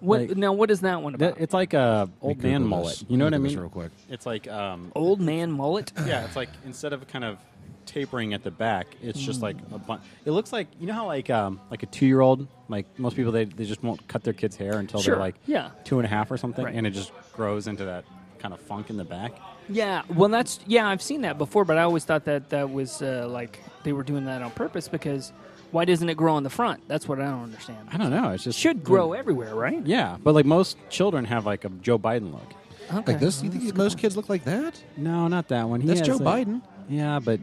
Speaker 1: What,
Speaker 7: like-
Speaker 1: now, what is that one about?
Speaker 7: That, it's like a old man
Speaker 8: Google
Speaker 7: mullet.
Speaker 8: this.
Speaker 7: You know
Speaker 8: Let
Speaker 7: what I
Speaker 8: me do this
Speaker 7: mean?
Speaker 8: Real quick.
Speaker 7: It's like um,
Speaker 1: Old man mullet.
Speaker 7: yeah, it's like instead of kind of tapering at the back, it's
Speaker 1: Mm.
Speaker 7: just like a bunch. It looks like you know how like um, like a two year old like most people they, they just won't cut their kids hair until
Speaker 1: Sure,
Speaker 7: they're like
Speaker 1: yeah.
Speaker 7: two and a half or something,
Speaker 1: Right.
Speaker 7: and it just grows into that kind of funk in the back.
Speaker 1: Yeah, well, that's yeah. I've seen that before, but I always thought that that was uh, like they were doing that on purpose because why doesn't it grow on the front? That's what I don't understand.
Speaker 7: I don't know. It's just
Speaker 1: Should grow everywhere, right?
Speaker 7: Yeah, but like most children have like a Joe Biden look.
Speaker 1: Okay.
Speaker 8: Like this, you think most kids look like that?
Speaker 7: No, not that one. He
Speaker 8: That's
Speaker 7: has,
Speaker 8: Joe
Speaker 7: like-
Speaker 8: Biden.
Speaker 7: Yeah, but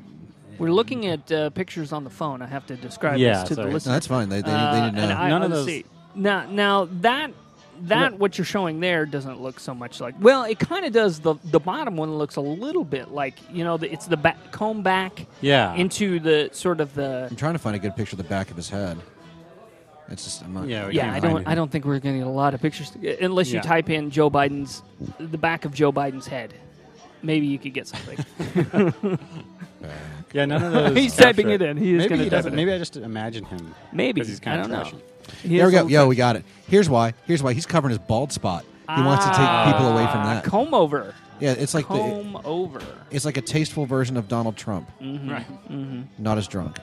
Speaker 1: We're looking at uh, pictures on the phone. I have to describe
Speaker 7: Yeah,
Speaker 1: this to the
Speaker 7: sorry.
Speaker 8: No,
Speaker 1: listener.
Speaker 8: that's fine. They, they,
Speaker 1: Uh,
Speaker 8: they didn't
Speaker 1: and
Speaker 8: know.
Speaker 1: I-
Speaker 7: None of
Speaker 1: let's
Speaker 7: those-
Speaker 1: see. Now, now that that what you're showing there doesn't look so much like. Well, it kind of does. the The bottom one looks a little bit like you know. The, it's the back, comb back
Speaker 7: yeah,
Speaker 1: into the sort of the
Speaker 8: I'm trying to find a good picture of the back of his head. It's just I'm not.
Speaker 7: yeah, we
Speaker 1: yeah,
Speaker 7: can't
Speaker 1: I
Speaker 7: find
Speaker 1: don't.
Speaker 7: it.
Speaker 1: I don't think we're going to get a lot of pictures to- unless you
Speaker 7: Yeah.
Speaker 1: type in Joe Biden's the back of Joe Biden's head. Maybe you could get something.
Speaker 7: Yeah, none of those.
Speaker 1: He's
Speaker 7: capture
Speaker 1: typing it in. He is
Speaker 7: maybe
Speaker 1: gonna
Speaker 7: he
Speaker 1: type
Speaker 7: doesn't.
Speaker 1: it in.
Speaker 7: Maybe I just imagine him.
Speaker 1: Maybe
Speaker 7: 'Cause he's kinda
Speaker 1: I don't
Speaker 7: trashy.
Speaker 1: know. He
Speaker 8: There
Speaker 1: is
Speaker 8: we go.
Speaker 1: so-
Speaker 8: Yo, we got it. Here's why. Here's why. He's covering his bald spot. He wants to take people away from
Speaker 1: Ah,
Speaker 8: that.
Speaker 1: Comb over.
Speaker 8: yeah, it's like the,
Speaker 1: comb over.
Speaker 8: it's like a tasteful version of Donald Trump.
Speaker 1: Mm-hmm.
Speaker 8: Right. Not as drunk.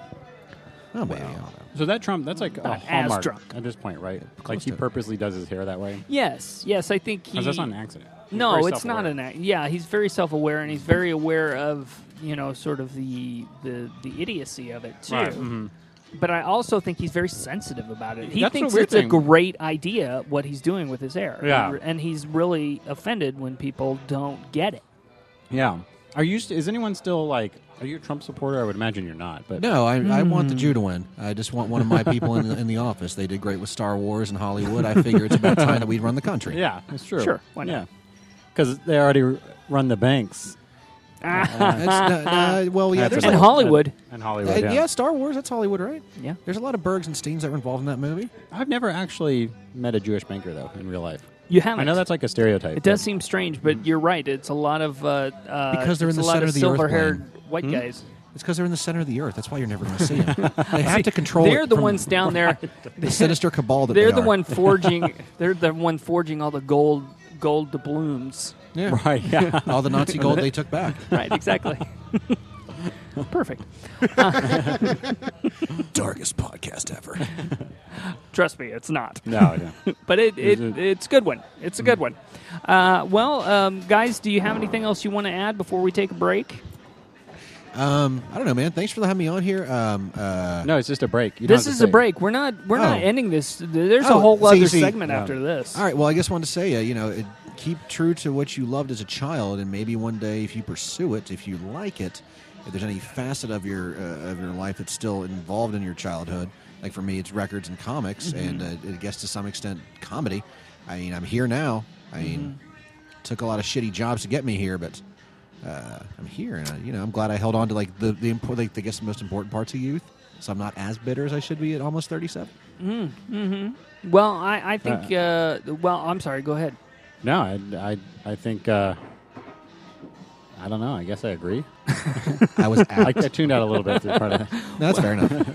Speaker 8: Oh, maybe. I don't know.
Speaker 7: So that Trump, that's like a
Speaker 1: Not as
Speaker 7: hallmark
Speaker 1: drunk.
Speaker 7: at this point, right? Like
Speaker 8: Close
Speaker 7: he
Speaker 8: to it.
Speaker 7: purposely does his hair that way.
Speaker 1: Yes, yes. I think he.
Speaker 7: Because that's not an accident. He's
Speaker 1: no,
Speaker 7: very
Speaker 1: it's not
Speaker 7: self-aware.
Speaker 1: an act. Yeah, he's very self-aware and he's very aware of you know sort of the the the idiocy of it too.
Speaker 7: Right, mhm.
Speaker 1: But I also think he's very sensitive about it. He
Speaker 7: That's a
Speaker 1: thinks
Speaker 7: weird
Speaker 1: it's a
Speaker 7: thing.
Speaker 1: great idea what he's doing with his hair.
Speaker 7: Yeah.
Speaker 1: and he's really offended when people don't get it.
Speaker 7: Yeah. Are you? St- is anyone still like? Are you a Trump supporter? I would imagine you're not. But
Speaker 8: No, I, I want
Speaker 1: Hmm.
Speaker 8: the Jew to win. I just want one of my people in the, in the office. They did great with Star Wars and Hollywood. I figure it's about time that we'd run the country.
Speaker 7: Yeah, that's true.
Speaker 1: Sure, why not?
Speaker 7: Because they already r- run the banks
Speaker 8: That's not- uh, well, yeah.
Speaker 7: That's
Speaker 8: There's
Speaker 7: a-
Speaker 1: And
Speaker 8: like-
Speaker 1: Hollywood.
Speaker 7: in
Speaker 8: uh,
Speaker 7: Hollywood.
Speaker 8: yeah. Star Wars. That's Hollywood, right?
Speaker 1: Yeah.
Speaker 8: There's a lot of Bergs and Steens that were involved in that movie.
Speaker 7: I've never actually met a Jewish banker though in real life.
Speaker 1: You haven't.
Speaker 7: I know that's like a stereotype.
Speaker 1: It does seem strange,
Speaker 7: Mm-hmm.
Speaker 1: but you're right. It's a lot of uh, uh,
Speaker 8: Because they're
Speaker 1: it's
Speaker 8: in the
Speaker 1: a lot
Speaker 8: center
Speaker 1: of
Speaker 8: of the earth
Speaker 1: silver-haired
Speaker 8: plane.
Speaker 7: Hmm?
Speaker 1: white guys.
Speaker 8: It's because they're in the center of the earth. That's why you're never going to see them. They have to control.
Speaker 1: They're
Speaker 8: it
Speaker 1: the
Speaker 8: from
Speaker 1: ones down there.
Speaker 8: The sinister cabal that
Speaker 1: They're
Speaker 8: they
Speaker 1: the
Speaker 8: are.
Speaker 1: one forging. they're the one forging all the gold gold doubloons.
Speaker 8: Yeah.
Speaker 7: but- right? Yeah.
Speaker 8: All the Nazi gold they took back.
Speaker 1: Right. Exactly. Perfect.
Speaker 8: Darkest podcast ever.
Speaker 1: Trust me, it's not.
Speaker 7: no. Yeah.
Speaker 1: But it, it,
Speaker 7: it-
Speaker 1: it's a good one. It's a good
Speaker 8: Hmm.
Speaker 1: one. Uh, well, um, guys, do you have anything else you want to add before we take a break?
Speaker 8: Um, I don't know, man. Thanks for having me on here. Um, uh,
Speaker 7: No, it's just a break. You don't
Speaker 1: this
Speaker 7: have to
Speaker 1: is
Speaker 7: say
Speaker 1: a
Speaker 7: it.
Speaker 1: break. We're not we're not
Speaker 8: Oh.
Speaker 1: ending this. There's a
Speaker 8: Oh,
Speaker 1: whole
Speaker 8: so
Speaker 1: other
Speaker 8: you see-
Speaker 1: segment
Speaker 7: Yeah.
Speaker 1: after this.
Speaker 8: all right. Well, I just wanted to say, uh, you know, it, keep true to what you loved as a child, and maybe one day, if you pursue it, if you like it, if there's any facet of your uh, of your life that's still involved in your childhood, like for me, it's records and comics,
Speaker 1: Mm-hmm.
Speaker 8: and uh, I guess to some extent, comedy. I mean, I'm here now. I mean,
Speaker 1: Mm-hmm.
Speaker 8: took a lot of shitty jobs to get me here, but. Uh, I'm here, and I, you know I'm glad I held on to like the the import, like I guess the most important parts of youth. So I'm not as bitter as I should be at almost 37.
Speaker 1: Well, I, I think. Uh, well, I'm sorry. Go ahead.
Speaker 7: No, I, I, I think. Uh, I don't know. I guess I agree.
Speaker 8: I was out.
Speaker 7: I, I tuned out a little bit through part of that.
Speaker 8: No, that's fair enough.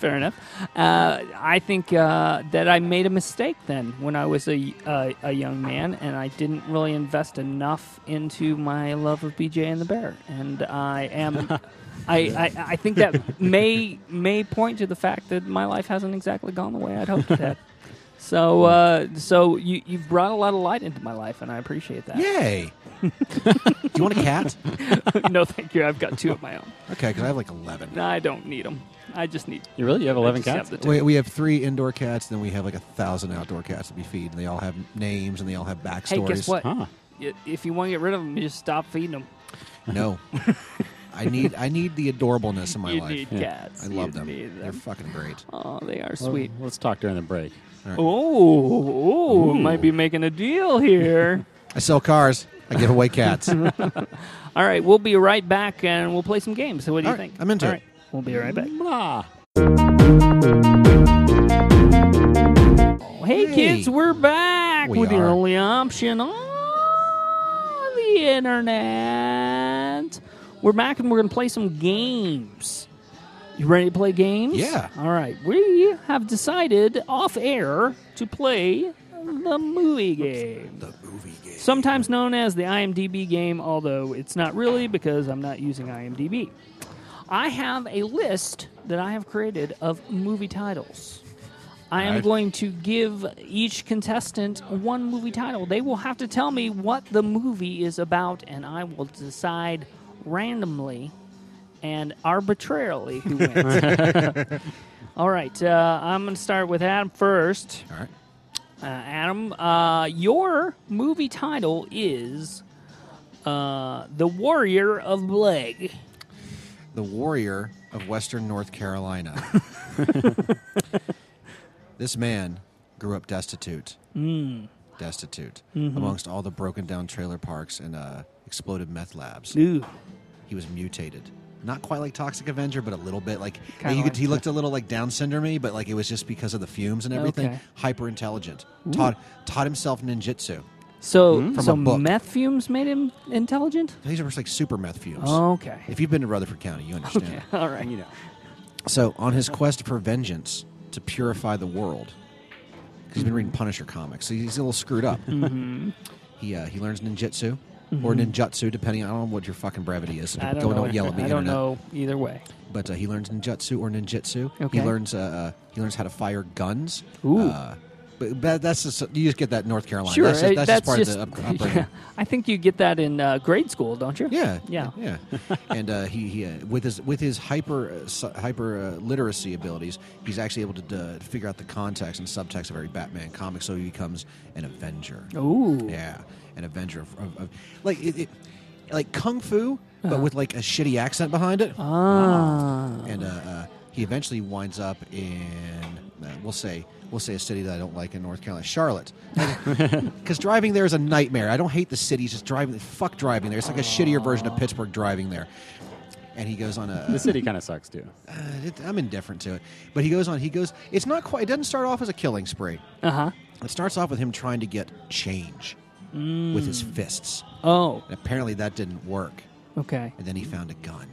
Speaker 1: Fair enough. Uh, I think uh, that I made a mistake then when I was a, a a young man, and I didn't really invest enough into my love of BJ and the Bear. And I am, I, I I think that may may point to the fact that my life hasn't exactly gone the way I'd hoped it had. So, uh, so you you've brought a lot of light into my life, and I appreciate that.
Speaker 8: Yay! Do you want a cat?
Speaker 1: no, thank you. I've got two of my own.
Speaker 8: Okay, because I have like eleven.
Speaker 1: I don't need them. I just need.
Speaker 7: You really? You have
Speaker 1: I
Speaker 7: 11
Speaker 1: just have
Speaker 7: cats?
Speaker 1: the two.
Speaker 8: We, we have three indoor cats, then we have like a thousand outdoor cats that we feed, and they all have names and they all have backstories.
Speaker 1: Hey, guess what?
Speaker 7: Huh.
Speaker 1: Y- If you want to get rid of them, you just stop feeding them.
Speaker 8: No, I need I need the adorableness in my
Speaker 1: you
Speaker 8: life.
Speaker 1: need cats.
Speaker 8: I love
Speaker 1: You
Speaker 8: them.
Speaker 1: need
Speaker 8: They're fucking great.
Speaker 1: Oh, they are
Speaker 7: Well,
Speaker 1: sweet.
Speaker 7: let's talk during the break.
Speaker 1: Oh, oh, might be making a deal here.
Speaker 8: I sell cars. I give away cats.
Speaker 1: All right, we'll be right back and we'll play some games. So, what do you
Speaker 8: All right,
Speaker 1: think?
Speaker 8: I'm into
Speaker 1: All
Speaker 8: it.
Speaker 1: right, we'll be right back.
Speaker 7: Blah.
Speaker 1: Hey,
Speaker 8: Hey.
Speaker 1: kids, we're back
Speaker 8: We
Speaker 1: with the
Speaker 8: are.
Speaker 1: only option on the internet. We're back and we're going to play some games. You ready to play games?
Speaker 8: Yeah.
Speaker 1: All right. We have decided off air to play the movie game. The movie game. Sometimes known as the IMDb game, although it's not really because I'm not using IMDb. I have a list that I have created of movie titles. I am going to give each contestant one movie title. They will have to tell me what the movie is about, and I will decide randomly and arbitrarily who wins. All right, uh, I'm going to start with Adam first.
Speaker 8: All right.
Speaker 1: Uh, Adam, uh, your movie title is uh, The Warrior of Bleg.
Speaker 8: The warrior of Western North Carolina. this man grew up destitute.
Speaker 1: Mm.
Speaker 8: Destitute.
Speaker 1: Mm-hmm.
Speaker 8: Amongst all the broken down trailer parks and uh, exploded meth labs.
Speaker 1: Ooh.
Speaker 8: He was mutated. Not quite like Toxic Avenger, but a little bit like
Speaker 1: Kinda
Speaker 8: you could,
Speaker 1: like-
Speaker 8: he looked a little like Down syndrome, but like it was just because of the fumes and everything.
Speaker 1: Okay.
Speaker 8: Hyper intelligent. Taught taught himself ninjutsu.
Speaker 1: So,
Speaker 8: Hmm? From
Speaker 1: so
Speaker 8: a book.
Speaker 1: meth fumes made him intelligent?
Speaker 8: These are just like super meth fumes.
Speaker 1: Okay.
Speaker 8: If you've been to Rutherford County, you understand.
Speaker 1: Oh. Okay. All right.
Speaker 8: So, on his quest for vengeance to purify the world, 'cause he's been reading Punisher comics, so he's a little screwed up.
Speaker 1: Mm-hmm.
Speaker 8: He uh, he learns ninjutsu or ninjutsu, depending on I don't know what your fucking brevity is. So
Speaker 1: I don't
Speaker 8: don't,
Speaker 1: know.
Speaker 8: don't yell at me.
Speaker 1: I don't
Speaker 8: internet.
Speaker 1: know either way.
Speaker 8: But uh, he learns ninjutsu or ninjutsu.
Speaker 1: Okay.
Speaker 8: He learns uh, uh, he learns how to fire guns.
Speaker 1: Ooh.
Speaker 8: Uh, but that, that's just, you just get that in North Carolina.
Speaker 1: Sure,
Speaker 8: that's just,
Speaker 1: uh,
Speaker 8: that's just part of the up- upbringing.
Speaker 1: yeah. I think you get that in uh, grade school, don't you?
Speaker 8: Yeah,
Speaker 1: Yeah.
Speaker 8: yeah. and uh, he, he uh, with his with his hyper uh, su- hyper uh, literacy abilities, he's actually able to uh, figure out the context and subtext of every Batman comic. So he becomes an Avenger.
Speaker 1: Ooh.
Speaker 8: Yeah, an Avenger of, of, of like it, it, like kung fu, but with like a shitty accent behind it.
Speaker 1: Uh-huh. Ah.
Speaker 8: And uh, uh, he eventually winds up in uh, we'll say we'll say a city that I don't like in North Carolina, Charlotte, because driving there is a nightmare. I don't hate the city, it's just driving. Fuck driving there. It's like a shittier version of Pittsburgh driving there. And he goes on a.
Speaker 7: The city kind of sucks too.
Speaker 8: uh, it, I'm indifferent to it, but he goes on. He goes. It's not quite. It doesn't start off as a killing spree.
Speaker 1: Uh huh.
Speaker 8: It starts off with him trying to get change with his fists.
Speaker 1: Oh.
Speaker 8: And apparently that didn't work.
Speaker 1: Okay.
Speaker 8: And then he found a gun.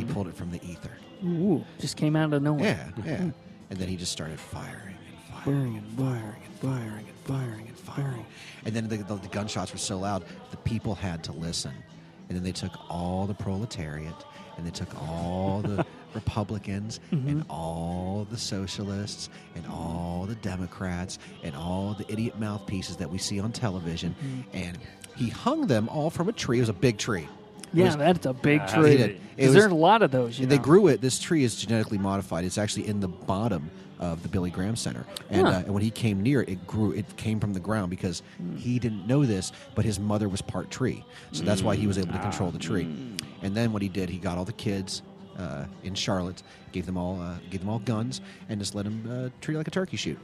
Speaker 8: He pulled it from the ether.
Speaker 1: Ooh. Just came out of nowhere.
Speaker 8: Yeah, yeah. And then he just started firing and firing and firing and firing and firing and firing. And then the, the, the gunshots were so loud, the people had to listen. And then they took all the proletariat and they took all the Republicans and all the socialists and all the Democrats and all the idiot mouthpieces that we see on television. And he hung them all from a tree. It was a big tree.
Speaker 1: Yeah,
Speaker 8: It was-
Speaker 1: that's a big
Speaker 8: he
Speaker 1: tree.
Speaker 8: did. It
Speaker 1: 'Cause
Speaker 8: was-
Speaker 1: there's a lot of those. You
Speaker 8: they
Speaker 1: know.
Speaker 8: grew it. This tree is genetically modified. It's actually in the bottom of the Billy Graham Center. And,
Speaker 1: Huh.
Speaker 8: uh, and when he came near it, it grew. It came from the ground because he didn't know this, but his mother was part tree, so that's why he was able to control the tree. And then what he did, he got all the kids. Uh, in Charlotte, gave them all uh, gave them all guns and just let them uh, treat it like a turkey shoot.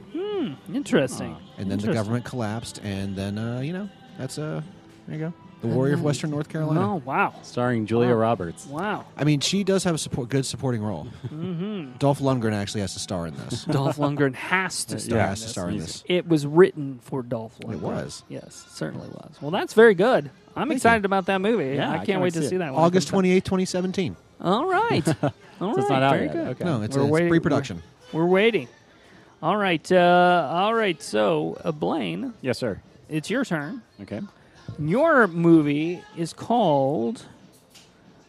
Speaker 1: Interesting.
Speaker 8: Uh, And then the
Speaker 1: Interesting.
Speaker 8: government collapsed, and then uh, you know that's uh, there you go, the warrior of Western North Carolina.
Speaker 1: Oh wow.
Speaker 7: Starring Julia Roberts.
Speaker 1: Wow.
Speaker 8: I mean, she does have a support, good supporting role.
Speaker 1: Mm-hmm.
Speaker 8: Dolph Lundgren actually has to star in this.
Speaker 1: Dolph Lundgren has to star.
Speaker 8: yeah,
Speaker 1: in
Speaker 8: has to
Speaker 1: this.
Speaker 8: star in this.
Speaker 1: It was written for Dolph Lundgren.
Speaker 8: was.
Speaker 1: Yes, certainly was. Well, that's very good. I'm
Speaker 8: you.
Speaker 1: excited about that movie.
Speaker 7: Yeah,
Speaker 1: I
Speaker 7: I
Speaker 1: can't,
Speaker 7: can't
Speaker 1: wait to
Speaker 7: see
Speaker 1: see
Speaker 7: it.
Speaker 1: that. when it
Speaker 8: August
Speaker 1: comes out.
Speaker 8: twenty eighth, 2017.
Speaker 1: All right. All
Speaker 7: So it's
Speaker 1: right,
Speaker 7: not out
Speaker 1: very
Speaker 7: yet.
Speaker 1: good.
Speaker 7: Okay.
Speaker 8: No, it's,
Speaker 1: We're
Speaker 8: a, it's
Speaker 1: waiting-
Speaker 8: pre-production.
Speaker 1: We're waiting. All right. Uh, all right. So, uh, Blaine,
Speaker 7: Yes, sir.
Speaker 1: it's your turn.
Speaker 7: Okay.
Speaker 1: Your movie is called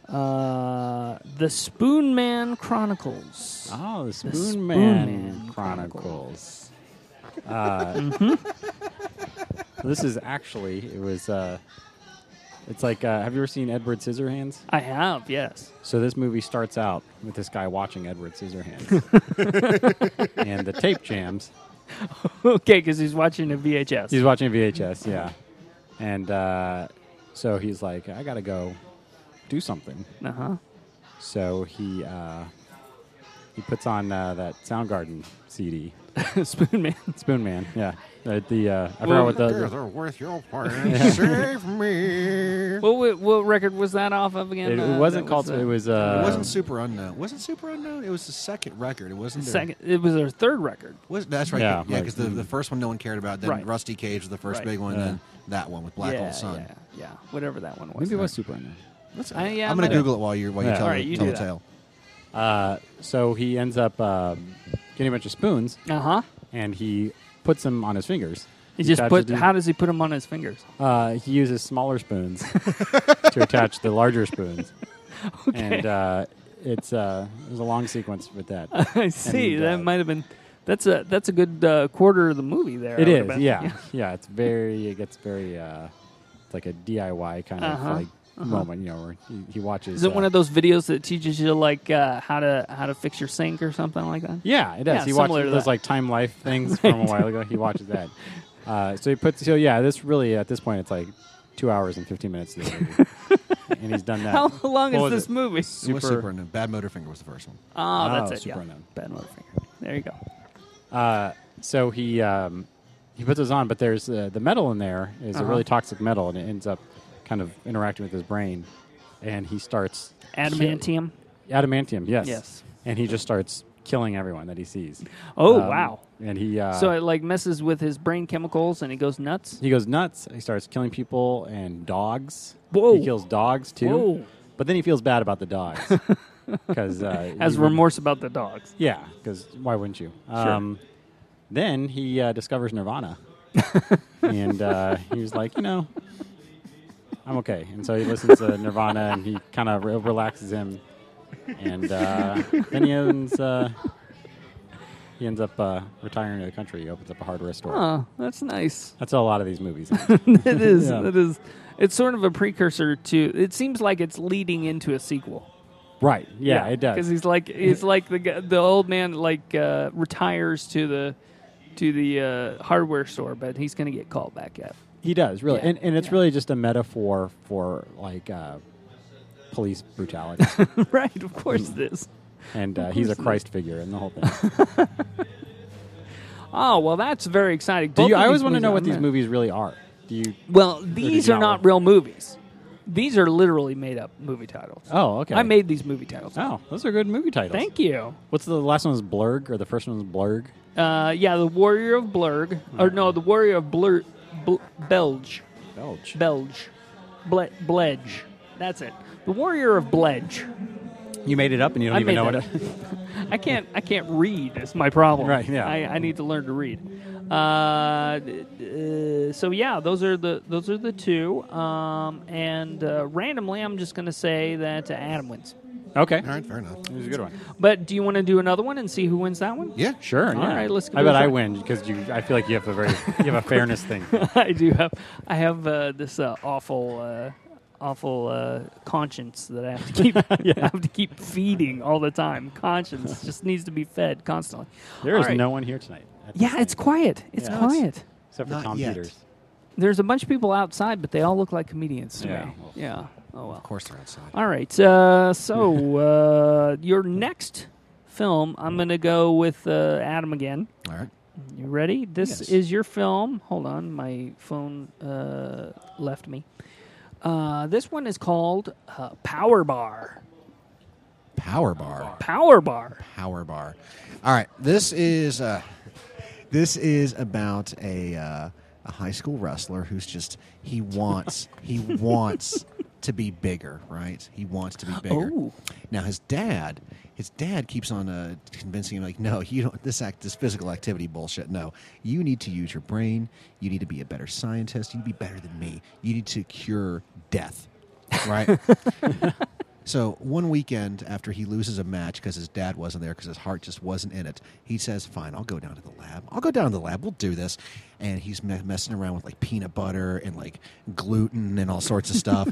Speaker 1: uh, The Spoon Man Chronicles.
Speaker 7: Oh, the Spoon,
Speaker 1: Spoon
Speaker 7: Man,
Speaker 1: Man
Speaker 7: Chronicles. Uh, this is actually it was. Uh, it's like uh, have you ever seen Edward Scissorhands?
Speaker 1: I have, yes.
Speaker 7: So this movie starts out with this guy watching Edward Scissorhands, and the tape jams.
Speaker 1: okay, because he's watching a VHS.
Speaker 7: He's watching VHS, yeah, and uh, so he's like, "I gotta go do something.
Speaker 1: Uh huh.
Speaker 7: So he uh, he puts on uh, that Soundgarden CD,
Speaker 1: Spoon Man.
Speaker 7: Spoon Man. Yeah, the, the uh, I
Speaker 1: Well-
Speaker 7: forgot what the, the-
Speaker 8: worth your parts. Save me.
Speaker 1: What, what, what record was that off of again?
Speaker 7: it,
Speaker 1: Uh,
Speaker 7: it wasn't
Speaker 1: that
Speaker 7: called.
Speaker 1: the
Speaker 7: it was. Uh,
Speaker 8: it wasn't super unknown. Wasn't super unknown. It was the second record. It wasn't their-
Speaker 1: second. It was their third record.
Speaker 8: Was that's right?
Speaker 7: Yeah,
Speaker 8: Yeah, because
Speaker 7: like-
Speaker 8: the, the first one no one cared about. Then
Speaker 1: Right.
Speaker 8: Rusty Cage was the first
Speaker 1: Right.
Speaker 8: big one.
Speaker 7: Yeah.
Speaker 8: Then that one with Black
Speaker 1: yeah,
Speaker 8: Hole Sun.
Speaker 1: Yeah, yeah, whatever that one was.
Speaker 7: maybe it was Super Unknown.
Speaker 8: That's-
Speaker 1: I- yeah,
Speaker 8: I'm
Speaker 1: might
Speaker 8: gonna
Speaker 1: have-
Speaker 8: Google it while you while you
Speaker 7: Yeah.
Speaker 8: tell,
Speaker 1: All right,
Speaker 8: the-
Speaker 1: you
Speaker 8: tell
Speaker 1: do
Speaker 8: the
Speaker 1: that.
Speaker 8: tale.
Speaker 7: Uh, so he ends up uh, getting a bunch of spoons
Speaker 1: Uh huh.
Speaker 7: and he puts them on his fingers.
Speaker 1: He just
Speaker 7: attaches
Speaker 1: put.
Speaker 7: them-
Speaker 1: How does he put them on his fingers?
Speaker 7: Uh, he uses smaller spoons to attach the larger spoons, and uh, it's uh, there's a long sequence with that.
Speaker 1: I see.
Speaker 7: And,
Speaker 1: that
Speaker 7: uh,
Speaker 1: might have been. That's a that's a good uh, quarter of the movie there. I
Speaker 7: It
Speaker 1: would've
Speaker 7: is,
Speaker 1: been.
Speaker 7: yeah, yeah. It's very, it gets very, uh, it's like a DIY kind
Speaker 1: Uh-huh,
Speaker 7: of like moment, you know, where he, he watches.
Speaker 1: Is it
Speaker 7: uh,
Speaker 1: one of those videos that teaches you like uh, how to how to fix your sink or something like that?
Speaker 7: Yeah, it
Speaker 1: Yeah,
Speaker 7: does. he
Speaker 1: similar to
Speaker 7: watches those
Speaker 1: that.
Speaker 7: like Time Life things from a while ago. He watches that. Uh, so he puts. So yeah, this really at this point it's like two hours and fifteen minutes. Of the movie. and he's done that.
Speaker 1: How long
Speaker 7: What
Speaker 1: is
Speaker 7: was
Speaker 1: this
Speaker 7: it?
Speaker 1: movie?
Speaker 8: It was
Speaker 7: Super-
Speaker 8: super unknown. Bad Motorfinger was the first one.
Speaker 1: Oh, that's
Speaker 7: Oh,
Speaker 1: it.
Speaker 7: super
Speaker 1: yeah.
Speaker 7: unknown.
Speaker 1: Bad motherfinger. There you go.
Speaker 7: Uh, so he um, he puts those on, but there's uh, the metal in there is a
Speaker 1: Uh-huh.
Speaker 7: really toxic metal, and it ends up kind of interacting with his brain, and he starts
Speaker 1: Adamantium.
Speaker 7: Adamantium, yes.
Speaker 1: Yes.
Speaker 7: And he just starts killing everyone that he sees.
Speaker 1: Oh
Speaker 7: Um,
Speaker 1: wow!
Speaker 7: And he uh,
Speaker 1: so it like messes with his brain chemicals and he goes nuts.
Speaker 7: he goes nuts. He starts killing people and dogs.
Speaker 1: Whoa.
Speaker 7: He kills dogs too.
Speaker 1: Whoa.
Speaker 7: But then he feels bad about the dogs because uh,
Speaker 1: Has
Speaker 7: he would-
Speaker 1: remorse about the dogs.
Speaker 7: Yeah, because why wouldn't you? Um, Then he uh, discovers Nirvana, and uh, he was like, you know, I'm okay. And so he listens to Nirvana, and he kind of re- relaxes him, and uh, then he ends uh, he ends up uh, retiring to the country. He opens up a hardware store.
Speaker 1: Huh, that's nice.
Speaker 7: That's how a lot of these movies. end.
Speaker 1: it is.
Speaker 7: Yeah.
Speaker 1: It is. It's sort of a precursor to. It seems like it's leading into a sequel.
Speaker 7: right? Yeah, it
Speaker 1: Because
Speaker 7: does.
Speaker 1: he's like he's like the gu- the old man like uh, retires to the to the uh, hardware store, but he's gonna get called back up.
Speaker 7: He does really,
Speaker 1: Yeah.
Speaker 7: and and it's really just a metaphor for like uh, police brutality.
Speaker 1: right, of course it is.
Speaker 7: and uh, he's a Christ figure in the whole thing.
Speaker 1: Oh well, that's very exciting.
Speaker 7: Do
Speaker 1: Both
Speaker 7: you,
Speaker 1: of
Speaker 7: I
Speaker 1: these
Speaker 7: always want to
Speaker 1: movies
Speaker 7: know
Speaker 1: are
Speaker 7: what
Speaker 1: on
Speaker 7: these
Speaker 1: there.
Speaker 7: movies really are. Do you?
Speaker 1: Well, these
Speaker 7: you
Speaker 1: are
Speaker 7: not
Speaker 1: not
Speaker 7: want-
Speaker 1: real movies. These are literally made up movie titles.
Speaker 7: Oh, okay.
Speaker 1: I made these movie titles. up.
Speaker 7: Oh, those are good movie titles.
Speaker 1: Thank you.
Speaker 7: What's the last one? Was Blurg or the first one was Blurg?
Speaker 1: Uh, yeah, the Warrior of Blurg, or no, the Warrior of Blur, Bl- Belge,
Speaker 7: Belch.
Speaker 1: Belge, Ble- Bledge. That's it. The Warrior of Bledge.
Speaker 7: You made it up and you don't
Speaker 1: I
Speaker 7: even know
Speaker 1: made
Speaker 7: what.
Speaker 1: that I can't. I can't read. Is my problem.
Speaker 7: Right, yeah.
Speaker 1: I, I need to learn to read. Uh, d- d- uh, so yeah, those are the those are the two. Um, and uh, randomly, I'm just going to say that uh, Adam wins.
Speaker 7: okay,
Speaker 8: All right, fair enough.
Speaker 7: it was a good one.
Speaker 1: But do you want to do another one and see who wins that one?
Speaker 8: Yeah,
Speaker 7: Sure.
Speaker 1: All
Speaker 7: yeah.
Speaker 1: right, let's go
Speaker 7: I bet
Speaker 1: with
Speaker 7: I
Speaker 1: that.
Speaker 7: win because you. I feel like you have a very you have a fairness thing.
Speaker 1: I do have. I have uh, this uh, awful. Uh, Awful uh, conscience that I have to keep. I have to keep feeding all the time. Conscience just needs to be fed constantly.
Speaker 7: There is
Speaker 1: All right.
Speaker 7: no one here tonight. at this
Speaker 1: Yeah, it's
Speaker 7: thing,
Speaker 1: quiet. It's
Speaker 7: Yeah.
Speaker 1: quiet.
Speaker 7: except for
Speaker 8: Not
Speaker 7: Tom
Speaker 8: yet.
Speaker 7: Peters.
Speaker 1: There's a bunch of people outside, but they all look like comedians to
Speaker 7: Yeah,
Speaker 1: me.
Speaker 7: well.
Speaker 1: Yeah. Oh well.
Speaker 8: of course they're outside.
Speaker 1: All right. Uh, so uh, your next film, I'm gonna go with uh, Adam again.
Speaker 8: All right,
Speaker 1: You ready? This
Speaker 8: Yes.
Speaker 1: is your film. Hold on, my phone uh, left me. Uh, this one is called uh, Power Bar.
Speaker 8: Power Bar.
Speaker 1: Power Bar.
Speaker 8: Power Bar. All right, this is uh, this is about a uh, a high school wrestler who's just he wants he wants to be bigger, right? He wants to be bigger.
Speaker 1: Oh.
Speaker 8: Now his dad, his dad keeps on uh, convincing him like, no, you don't. This act, this physical activity bullshit. No, you need to use your brain. You need to be a better scientist. You need to be better than me. You need to cure death, right? So one weekend after he loses a match because his dad wasn't there because his heart just wasn't in it, he says, "Fine, I'll go down to the lab. I'll go down to the lab. We'll do this." And he's me- messing around with like peanut butter and like gluten and all sorts of stuff,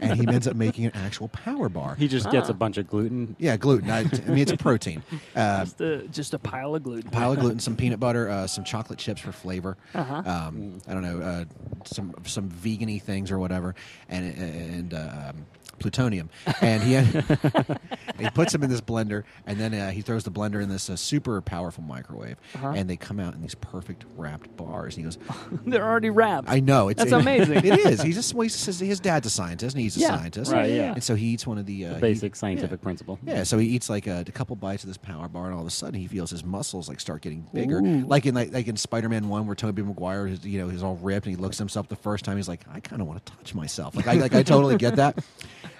Speaker 8: and he ends up making an actual power bar.
Speaker 7: He just
Speaker 1: Ah.
Speaker 7: gets a bunch of gluten.
Speaker 8: yeah, gluten. I, I mean, it's a protein. Uh,
Speaker 1: Just a, just a pile of gluten.
Speaker 8: pile of gluten, some peanut butter, uh, some chocolate chips for flavor.
Speaker 1: Uh-huh.
Speaker 8: Um, I don't know, uh, some some vegany things or whatever, and and uh, um, plutonium, and he he puts them in this blender, and then uh, he throws the blender in this uh, super powerful microwave,
Speaker 1: Uh-huh.
Speaker 8: and they come out in these perfect wrapped bars. And he goes,
Speaker 1: They're already wrapped.
Speaker 8: "I know, it's
Speaker 1: That's amazing.
Speaker 8: It is. He's just well, he's just- his dad's a scientist, and he's a
Speaker 1: Yeah,
Speaker 8: scientist,
Speaker 7: right, yeah.
Speaker 8: And so he eats one of the, uh, he-
Speaker 7: Basic scientific
Speaker 8: yeah.
Speaker 7: principle.
Speaker 8: Yeah, so he eats like a, a couple bites of this power bar, and all of a sudden he feels his muscles like start getting bigger, like in like, like in Spider Man One, where Tobey Maguire is you know is all ripped, and he looks at himself the first time, he's like, I kind of want to touch myself, like I like I totally get that,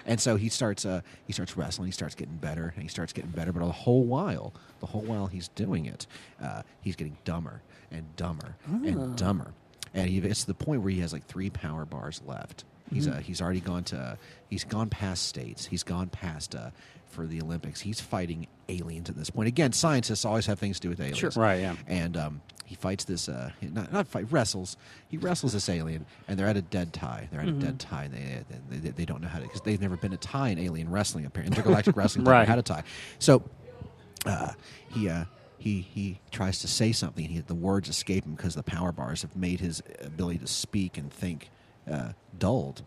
Speaker 8: and so he starts uh he starts wrestling, he starts getting better, and he starts getting better, but the whole while, the whole while he's doing it, uh, he's getting dumber and dumber and dumber, and he, it's to the point where he has like three power bars left. He's uh, he's already gone to he's gone past states. He's gone past uh, for the Olympics. He's fighting aliens at this point. Again, scientists always have things to do with aliens,
Speaker 7: Right, yeah.
Speaker 8: And um, he fights this uh, not not fight wrestles. He wrestles this alien, and they're at a dead tie. They're at a dead tie. And they, they they don't know how to because they've never been a tie in alien wrestling. Apparently, intergalactic wrestling they've never
Speaker 7: Right.
Speaker 8: had a tie. So uh, he uh, he he tries to say something. He, the words escape him because the power bars have made his ability to speak and think uh, dulled.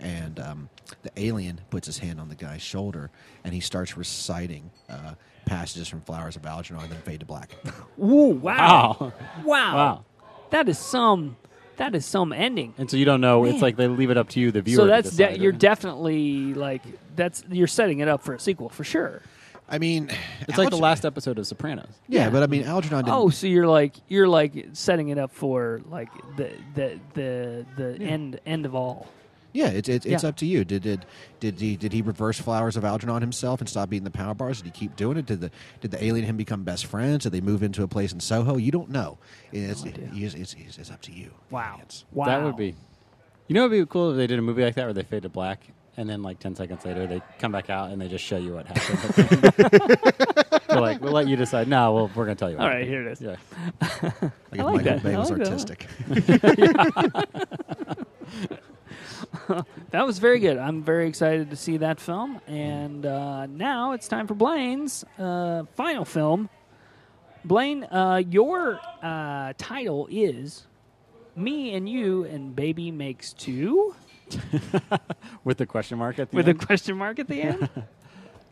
Speaker 8: And um, the alien puts his hand on the guy's shoulder, and he starts reciting uh, passages from Flowers of Algernon, and then fade to black.
Speaker 1: Ooh, wow.
Speaker 7: Wow.
Speaker 1: wow.
Speaker 7: Wow.
Speaker 1: That is some that is some ending.
Speaker 7: And so you don't know.
Speaker 1: Man.
Speaker 7: It's like they leave it up to you, the viewer.
Speaker 1: so
Speaker 7: to
Speaker 1: that's
Speaker 7: decide,
Speaker 1: de- you're
Speaker 7: right?
Speaker 1: definitely like that's you're setting it up for a sequel for sure.
Speaker 8: I mean,
Speaker 7: It's like the last episode of Sopranos.
Speaker 8: Yeah, but I mean, Algernon didn't.
Speaker 1: Oh, so you're like you're like setting it up for like the the the the end end of all.
Speaker 8: Yeah, it's it's it's
Speaker 1: Yeah.
Speaker 8: up to you. Did did did he did he reverse flowers of Algernon himself and stop eating the power bars? Did he keep doing it? Did the did the alien and him become best friends? Did they move into a place in Soho? You don't know. It's it's, it's, it's, it's up to you.
Speaker 1: Wow.
Speaker 8: It's-
Speaker 1: Wow.
Speaker 7: That would be. You know, it'd be cool if they did a movie like that where they fade to black, and then like ten seconds later they come back out and they just show you what happened. We're like, we'll let you decide. No, well, we're gonna tell you. What
Speaker 1: All right,
Speaker 7: happened."
Speaker 1: here it is.
Speaker 7: Yeah.
Speaker 8: Like if
Speaker 1: like
Speaker 8: Michael
Speaker 1: that.
Speaker 8: Bay
Speaker 1: I
Speaker 8: was
Speaker 1: like that.
Speaker 8: artistic.
Speaker 1: That was very good. I'm very excited to see that film. And uh, now it's time for Blaine's uh, final film. Blaine, uh, your uh, title is "Me and You and Baby Makes Two
Speaker 7: With the question mark at the
Speaker 1: with a
Speaker 7: end.
Speaker 1: question mark at the end.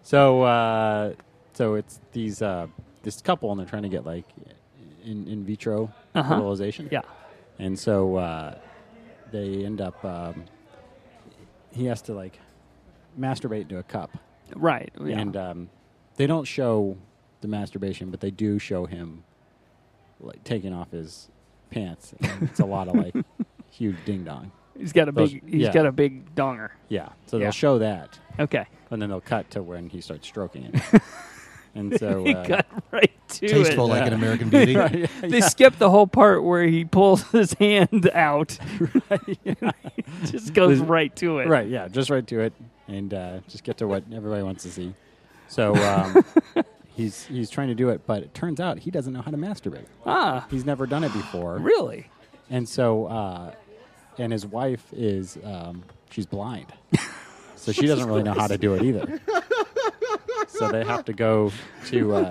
Speaker 7: so, uh, so it's these uh, this couple, and they're trying to get like in, in vitro fertilization.
Speaker 1: Uh-huh. yeah.
Speaker 7: and so uh, they end up. Um, he has to like masturbate to a cup.
Speaker 1: Right. Yeah.
Speaker 7: and um, they don't show the masturbation, but they do show him like taking off his pants. And it's a lot of like huge ding dong.
Speaker 1: he's got a
Speaker 7: those-
Speaker 1: big He's
Speaker 7: yeah.
Speaker 1: got a big donger.
Speaker 7: Yeah, so
Speaker 1: Yeah.
Speaker 7: they'll show that,
Speaker 1: Okay.
Speaker 7: and then they'll cut to when he starts stroking it. and so
Speaker 1: He
Speaker 7: uh,
Speaker 1: got right to
Speaker 8: Tasteful
Speaker 1: it.
Speaker 8: like an American Beauty.
Speaker 1: They skipped the whole part where he pulls his hand out. It just goes
Speaker 7: This-
Speaker 1: right to it.
Speaker 7: right, yeah, just right to it, and uh, just get to what everybody wants to see. So um, he's he's trying to do it, but it turns out he doesn't know how to masturbate.
Speaker 1: Ah,
Speaker 7: He's never done it before.
Speaker 1: really?
Speaker 7: And so, uh, and his wife is um, she's blind, so she doesn't really know how to do it either. So they have to go to uh,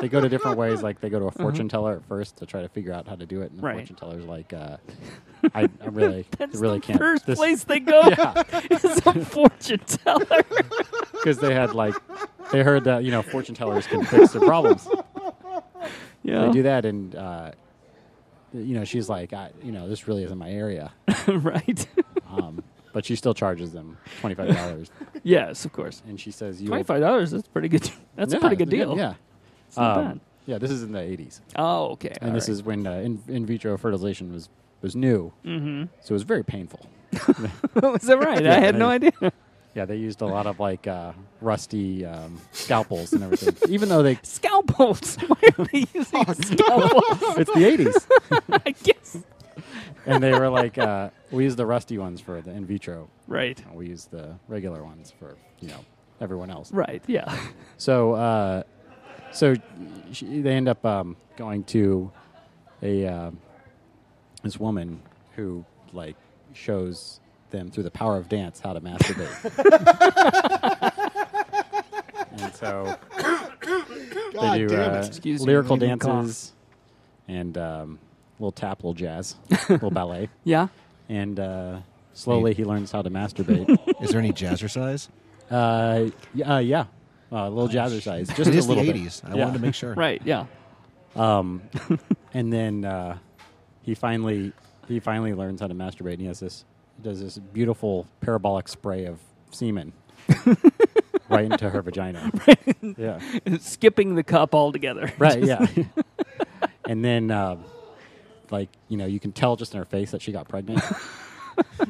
Speaker 7: they go to different ways. Like they go to a fortune teller at first to try to figure out how to do it, and the
Speaker 1: Mm-hmm. Right.
Speaker 7: fortune teller's like, uh, I, I really,
Speaker 1: That's
Speaker 7: really
Speaker 1: the
Speaker 7: can't.
Speaker 1: first place they go is a fortune teller.
Speaker 7: because they had like they heard that you know fortune tellers can fix their problems.
Speaker 1: Yeah,
Speaker 7: They do that, and uh, you know she's like, I, you know, this really isn't my area.
Speaker 1: right?
Speaker 7: um, but she still charges them twenty five dollars,
Speaker 1: yes, of course.
Speaker 7: and she says, "You will-
Speaker 1: Twenty five dollars. That's pretty good. That's a
Speaker 7: Yeah,
Speaker 1: pretty good
Speaker 7: it's
Speaker 1: deal.
Speaker 7: yeah,
Speaker 1: it's not
Speaker 7: Um,
Speaker 1: bad.
Speaker 7: yeah. This is in the eighties,
Speaker 1: Oh, okay.
Speaker 7: and this is when uh, in, in vitro fertilization was was new, mm-hmm. so it was very painful.
Speaker 1: is that right? I
Speaker 7: Yeah,
Speaker 1: had
Speaker 7: I-
Speaker 1: no idea.
Speaker 7: Yeah, they used a lot of like uh, rusty um, scalpels and everything, even though they.
Speaker 1: Scalpels. Why
Speaker 7: Oh,
Speaker 1: are they using scalpels?
Speaker 7: It's the eighties,
Speaker 1: I guess.
Speaker 7: and they were like, uh, we use the rusty ones for the in vitro,
Speaker 1: Right.
Speaker 7: and we use the regular ones for you know everyone else.
Speaker 1: Right. Yeah.
Speaker 7: So, uh, so sh they end up um, going to a uh, this woman who like shows them through the power of dance how to masturbate. and so
Speaker 8: God
Speaker 7: they do
Speaker 8: damn
Speaker 7: uh,
Speaker 8: it.
Speaker 1: Excuse me,
Speaker 7: lyrical
Speaker 1: made me cough.
Speaker 7: dances and um, little tap, little jazz, little ballet,
Speaker 1: Yeah.
Speaker 7: and uh, Slowly, he learns how to masturbate.
Speaker 8: Is there any jazzercise?
Speaker 7: uh, y- uh, yeah, uh, a little jazzercise, just
Speaker 8: it
Speaker 7: a
Speaker 8: is the
Speaker 7: little bit.
Speaker 8: '80s. I
Speaker 7: Yeah.
Speaker 8: wanted to make sure.
Speaker 1: Right. Yeah.
Speaker 7: and then uh, he finally he finally learns how to masturbate and he has this he does this beautiful parabolic spray of semen right into her vagina yeah
Speaker 1: Skipping the cup altogether.
Speaker 7: right yeah and then uh, like you know you can tell just in her face that she got pregnant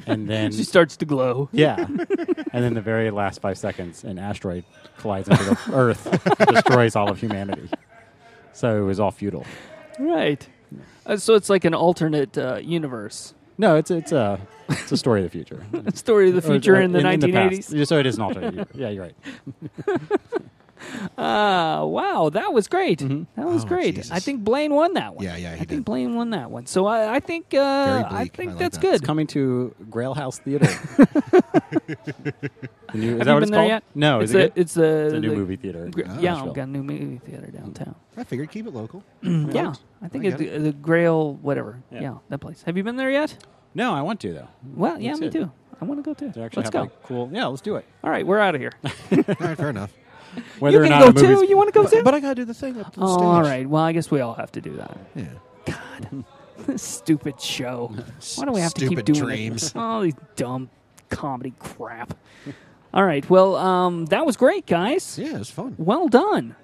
Speaker 7: and then
Speaker 1: She starts to glow.
Speaker 7: yeah and then the very last five seconds an asteroid collides into the earth destroys all of humanity so it was all futile
Speaker 1: Right. Uh, so it's like an alternate uh, universe.
Speaker 7: no it's it's a it's a story of the future
Speaker 1: Story of the
Speaker 7: Or-
Speaker 1: future
Speaker 7: or
Speaker 1: in the
Speaker 7: past.
Speaker 1: 1980s.
Speaker 7: Yeah, so it is an alternate. year. yeah, you're right.
Speaker 1: Ah, wow, that was great. That was
Speaker 8: Oh,
Speaker 1: great.
Speaker 8: Jesus.
Speaker 1: I think Blaine won that one.
Speaker 8: Yeah, yeah, he
Speaker 1: I think
Speaker 8: did.
Speaker 1: Blaine won that one. So I, I think uh,
Speaker 8: Very bleak.
Speaker 1: I
Speaker 8: I
Speaker 1: think
Speaker 8: like
Speaker 1: that's
Speaker 8: that.
Speaker 1: good.
Speaker 7: It's coming to Grail House Theater. The new- is
Speaker 1: Have
Speaker 7: that
Speaker 1: you
Speaker 7: what
Speaker 1: been
Speaker 7: it's
Speaker 1: there
Speaker 7: called?
Speaker 1: yet?
Speaker 7: No,
Speaker 1: it's
Speaker 7: is it
Speaker 1: a,
Speaker 7: good?
Speaker 1: it's a,
Speaker 7: It's a new
Speaker 1: the-
Speaker 7: movie Oh, theater. in
Speaker 1: Gr-
Speaker 7: Nashville.
Speaker 1: yeah, I've got a new movie theater downtown.
Speaker 8: I figured keep it local.
Speaker 1: yeah, I think
Speaker 8: I
Speaker 1: it's
Speaker 8: get
Speaker 1: the, the Grail, whatever. Yeah.
Speaker 7: Yeah.
Speaker 1: that place. Have you been there yet?
Speaker 7: No, I want to though.
Speaker 1: Well, yeah,
Speaker 7: That's
Speaker 1: me
Speaker 7: it.
Speaker 1: too. I want to go too.
Speaker 7: They actually
Speaker 1: Let's
Speaker 7: have,
Speaker 1: go.
Speaker 7: like, cool. Yeah, let's do it.
Speaker 1: All right, we're out of here.
Speaker 8: All right, fair enough.
Speaker 7: Whether
Speaker 1: you
Speaker 7: or
Speaker 1: can
Speaker 7: not a
Speaker 1: go too.
Speaker 7: movie's-
Speaker 1: You want to go too?
Speaker 8: But I gotta do the thing up to the
Speaker 1: oh,
Speaker 8: stage.
Speaker 1: all right. Well, I guess we all have to do that.
Speaker 8: Yeah.
Speaker 1: This stupid show. Why do we have
Speaker 8: Stupid
Speaker 1: to keep doing
Speaker 8: dreams.
Speaker 1: It? All these dumb comedy crap. All right. Well, um, that was great, guys.
Speaker 8: Yeah, it was fun.
Speaker 1: Well done.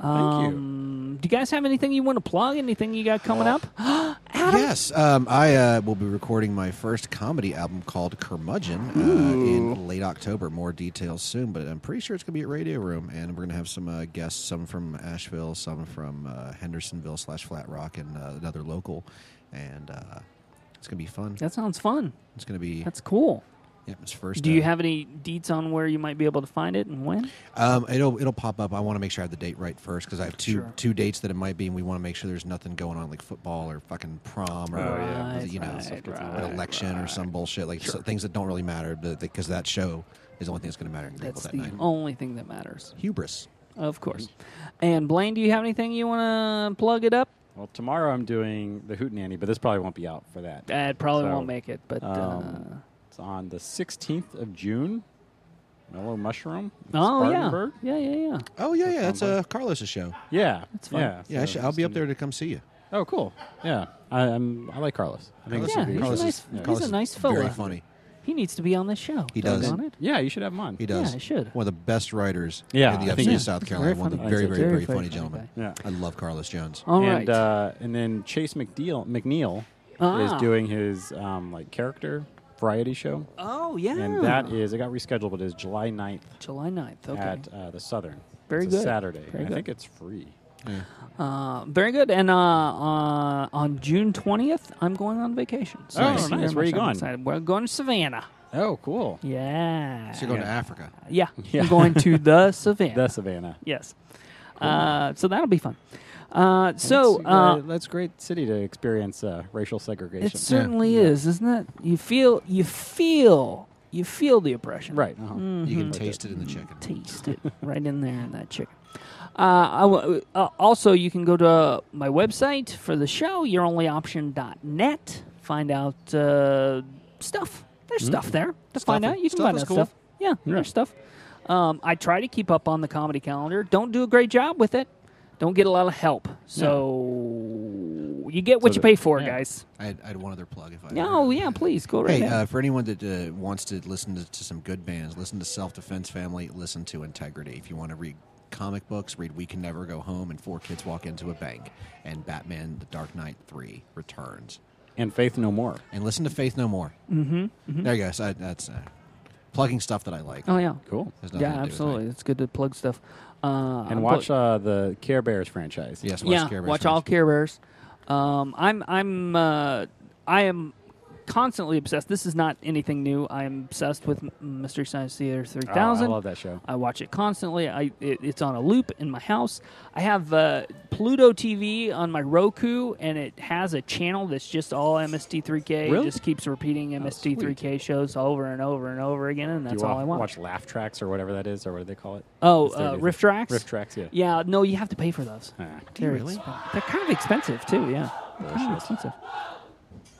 Speaker 7: Thank you.
Speaker 1: Um, do you guys have anything you want to plug? Anything you got coming up?
Speaker 8: Yes, um, I uh, will be recording my first comedy album called Curmudgeon uh, in late October. More details soon, but I'm pretty sure it's going to be at Radio Room, and we're going to have some uh, guests, some from Asheville, some from uh, Hendersonville slash Flat Rock, and uh, another local, and uh, it's going to be fun.
Speaker 1: That sounds fun.
Speaker 8: It's going to be
Speaker 1: That's cool.
Speaker 8: yeah, it's first.
Speaker 1: Do you
Speaker 8: uh,
Speaker 1: have any deets on where you might be able to find it and when?
Speaker 8: Um, it'll it'll pop up. I want to make sure I have the date right first because I have two two dates that it might be, and we want to make sure there's nothing going on like football or fucking prom or
Speaker 1: yeah.
Speaker 8: you know
Speaker 1: Right,
Speaker 8: stuff that's
Speaker 1: right,
Speaker 8: an election or some bullshit like so- things that don't really matter, but because that show is the only thing that's going to matter in Greenville
Speaker 1: That's
Speaker 8: that
Speaker 1: the
Speaker 8: night.
Speaker 1: only thing that matters,
Speaker 8: Hubris.
Speaker 1: of course. And Blaine, do you have anything you want to plug it up?
Speaker 7: Well, tomorrow I'm doing the Hootenanny, but this probably won't be out for that.
Speaker 1: That probably
Speaker 7: So,
Speaker 1: won't make it, but uh,
Speaker 7: Um, it's on the 16th of June. Mellow Mushroom. in
Speaker 1: oh yeah,
Speaker 7: Spartanburg.
Speaker 1: yeah, yeah, yeah.
Speaker 8: Oh yeah, yeah, that's uh, Carlos's show.
Speaker 7: Yeah,
Speaker 1: That's fun.
Speaker 7: Yeah,
Speaker 8: Yeah, I
Speaker 7: so
Speaker 8: should, I'll be
Speaker 7: just
Speaker 8: up there to come see you.
Speaker 7: Oh, cool. Yeah, I, I'm. I like Carlos. I think this
Speaker 8: Carlos
Speaker 1: Yeah,
Speaker 7: would be-
Speaker 1: he's a
Speaker 8: Carlos
Speaker 1: nice-
Speaker 8: is,
Speaker 1: he's a
Speaker 8: Carlos is
Speaker 1: nice
Speaker 8: Very
Speaker 1: fella.
Speaker 8: funny.
Speaker 1: He needs to be on this show.
Speaker 8: He
Speaker 1: Doggone
Speaker 8: does.
Speaker 1: it.
Speaker 7: Yeah, you should have him on.
Speaker 8: He does.
Speaker 1: Yeah, I should.
Speaker 8: One of the best writers
Speaker 7: Yeah,
Speaker 8: in
Speaker 7: I
Speaker 8: the
Speaker 7: think
Speaker 8: upstate of
Speaker 7: so.
Speaker 8: South
Speaker 1: Very
Speaker 8: Carolina. One of the
Speaker 1: funny.
Speaker 8: very,
Speaker 1: That's
Speaker 8: very,
Speaker 1: a very
Speaker 8: very, funny Oh,
Speaker 1: funny
Speaker 8: gentlemen.
Speaker 7: guy. Yeah.
Speaker 8: I love Carlos Jones.
Speaker 1: All right.
Speaker 7: and uh, and then Chase McDeal McNeil
Speaker 1: Ah.
Speaker 7: is doing his um, like character variety show,
Speaker 1: oh yeah.
Speaker 7: and that is it got rescheduled, but it is July 9th
Speaker 1: July 9th. Okay.
Speaker 7: at uh, the Southern.
Speaker 1: Very
Speaker 7: it's a
Speaker 1: good.
Speaker 7: Saturday.
Speaker 1: Very
Speaker 7: I
Speaker 1: good.
Speaker 7: think it's free.
Speaker 1: Uh, very good. And uh, uh, on June 20th, I'm going on vacation. So
Speaker 7: Oh,
Speaker 1: thank you
Speaker 7: nice.
Speaker 1: very
Speaker 7: Where are
Speaker 1: much.
Speaker 7: you
Speaker 1: I'm
Speaker 7: going?
Speaker 1: excited. We're going to Savannah.
Speaker 7: Oh, cool.
Speaker 1: Yeah.
Speaker 8: So you're going to Africa.
Speaker 1: yeah.
Speaker 7: Yeah.
Speaker 1: I'm going to the Savannah.
Speaker 7: The Savannah.
Speaker 1: yes. Uh, so that'll be fun. Uh, so
Speaker 7: That's a
Speaker 1: uh,
Speaker 7: great- that's a great city to experience uh, racial segregation.
Speaker 1: it certainly is, isn't it? You feel, you feel, you feel the oppression.
Speaker 7: right. Uh-huh.
Speaker 8: You
Speaker 1: Mm-hmm.
Speaker 8: can taste it in the chicken.
Speaker 1: mm, taste it right in there in that chicken. Uh, I w- uh, also, you can go to uh, my website for the show, youronlyoption.net. Find out uh, stuff. There's stuff there to find out. You can
Speaker 8: Mm. Stuff
Speaker 1: find
Speaker 8: is
Speaker 1: out
Speaker 8: cool.
Speaker 1: stuff. Yeah, there's stuff. Um, I try to keep up on the comedy calendar. Don't do a great job with it. Don't get a lot of help. So you get what
Speaker 7: So
Speaker 1: you
Speaker 7: the-
Speaker 1: pay for,
Speaker 7: yeah.
Speaker 1: guys.
Speaker 8: I had, I had one other plug if I.
Speaker 1: No, yeah, please go right
Speaker 8: Hey,
Speaker 1: ahead.
Speaker 8: uh, for anyone that uh, wants to listen to, to some good bands, listen to Self Defense Family, listen to Integrity. If you want to read comic books, read We Can Never Go Home and Four Kids Walk Into a Bank and Batman The Dark Knight 3 Returns.
Speaker 7: And Faith No More.
Speaker 8: And listen to Faith No More. Mm-hmm. There you go. So I, that's uh, plugging stuff that I like.
Speaker 1: oh yeah,
Speaker 7: Cool.
Speaker 8: Has uh, nothing
Speaker 1: yeah,
Speaker 8: to do with
Speaker 1: absolutely.
Speaker 8: me.
Speaker 1: It's good to plug stuff. Uh,
Speaker 7: And
Speaker 1: I'm
Speaker 7: watch
Speaker 1: pl-
Speaker 7: uh, the Care Bears franchise.
Speaker 8: Yes, watch
Speaker 1: yeah,
Speaker 8: Care Bears
Speaker 1: watch
Speaker 8: first.
Speaker 1: all Care Bears. Um, I'm I'm uh, I am constantly obsessed. This is not anything new. I am obsessed with M- Mystery Science Theater
Speaker 7: Oh,
Speaker 1: 3000.
Speaker 7: I love that show.
Speaker 1: I watch it constantly. I it, it's on a loop in my house. I have uh, Pluto TV on my Roku, and it has a channel that's just all MST3K.
Speaker 7: Really? Oh,
Speaker 1: It just keeps repeating MST3K shows over and over and over again, and
Speaker 7: Do you
Speaker 1: that's all
Speaker 7: wa-
Speaker 1: I want.
Speaker 7: Watch laugh tracks or whatever that is, or what do they call it?
Speaker 1: Oh,
Speaker 7: It's their
Speaker 1: uh,
Speaker 7: new
Speaker 1: riff
Speaker 7: thing.
Speaker 1: tracks.
Speaker 7: Riff tracks, yeah.
Speaker 1: Yeah, no, you have to pay for those.
Speaker 7: Ah.
Speaker 1: They're
Speaker 8: really?
Speaker 1: expen- They're kind of expensive too. Yeah, kind of expensive.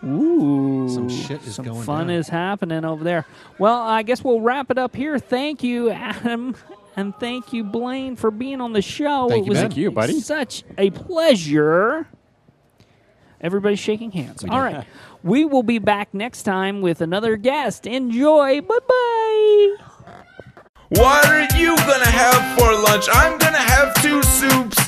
Speaker 1: Ooh,
Speaker 8: Some shit is
Speaker 1: Some
Speaker 8: going
Speaker 1: fun
Speaker 8: down.
Speaker 1: is happening over there. Well, I guess we'll wrap it up here. Thank you, Adam, and thank you, Blaine, for being on the show.
Speaker 8: Thank
Speaker 1: it
Speaker 8: you,
Speaker 1: was
Speaker 8: Ben. Thank
Speaker 7: you, buddy.
Speaker 1: Such a pleasure. Everybody's shaking hands. All right, we will be back next time with another guest. Enjoy. Bye bye.
Speaker 4: What are you gonna have for lunch? I'm gonna have two soups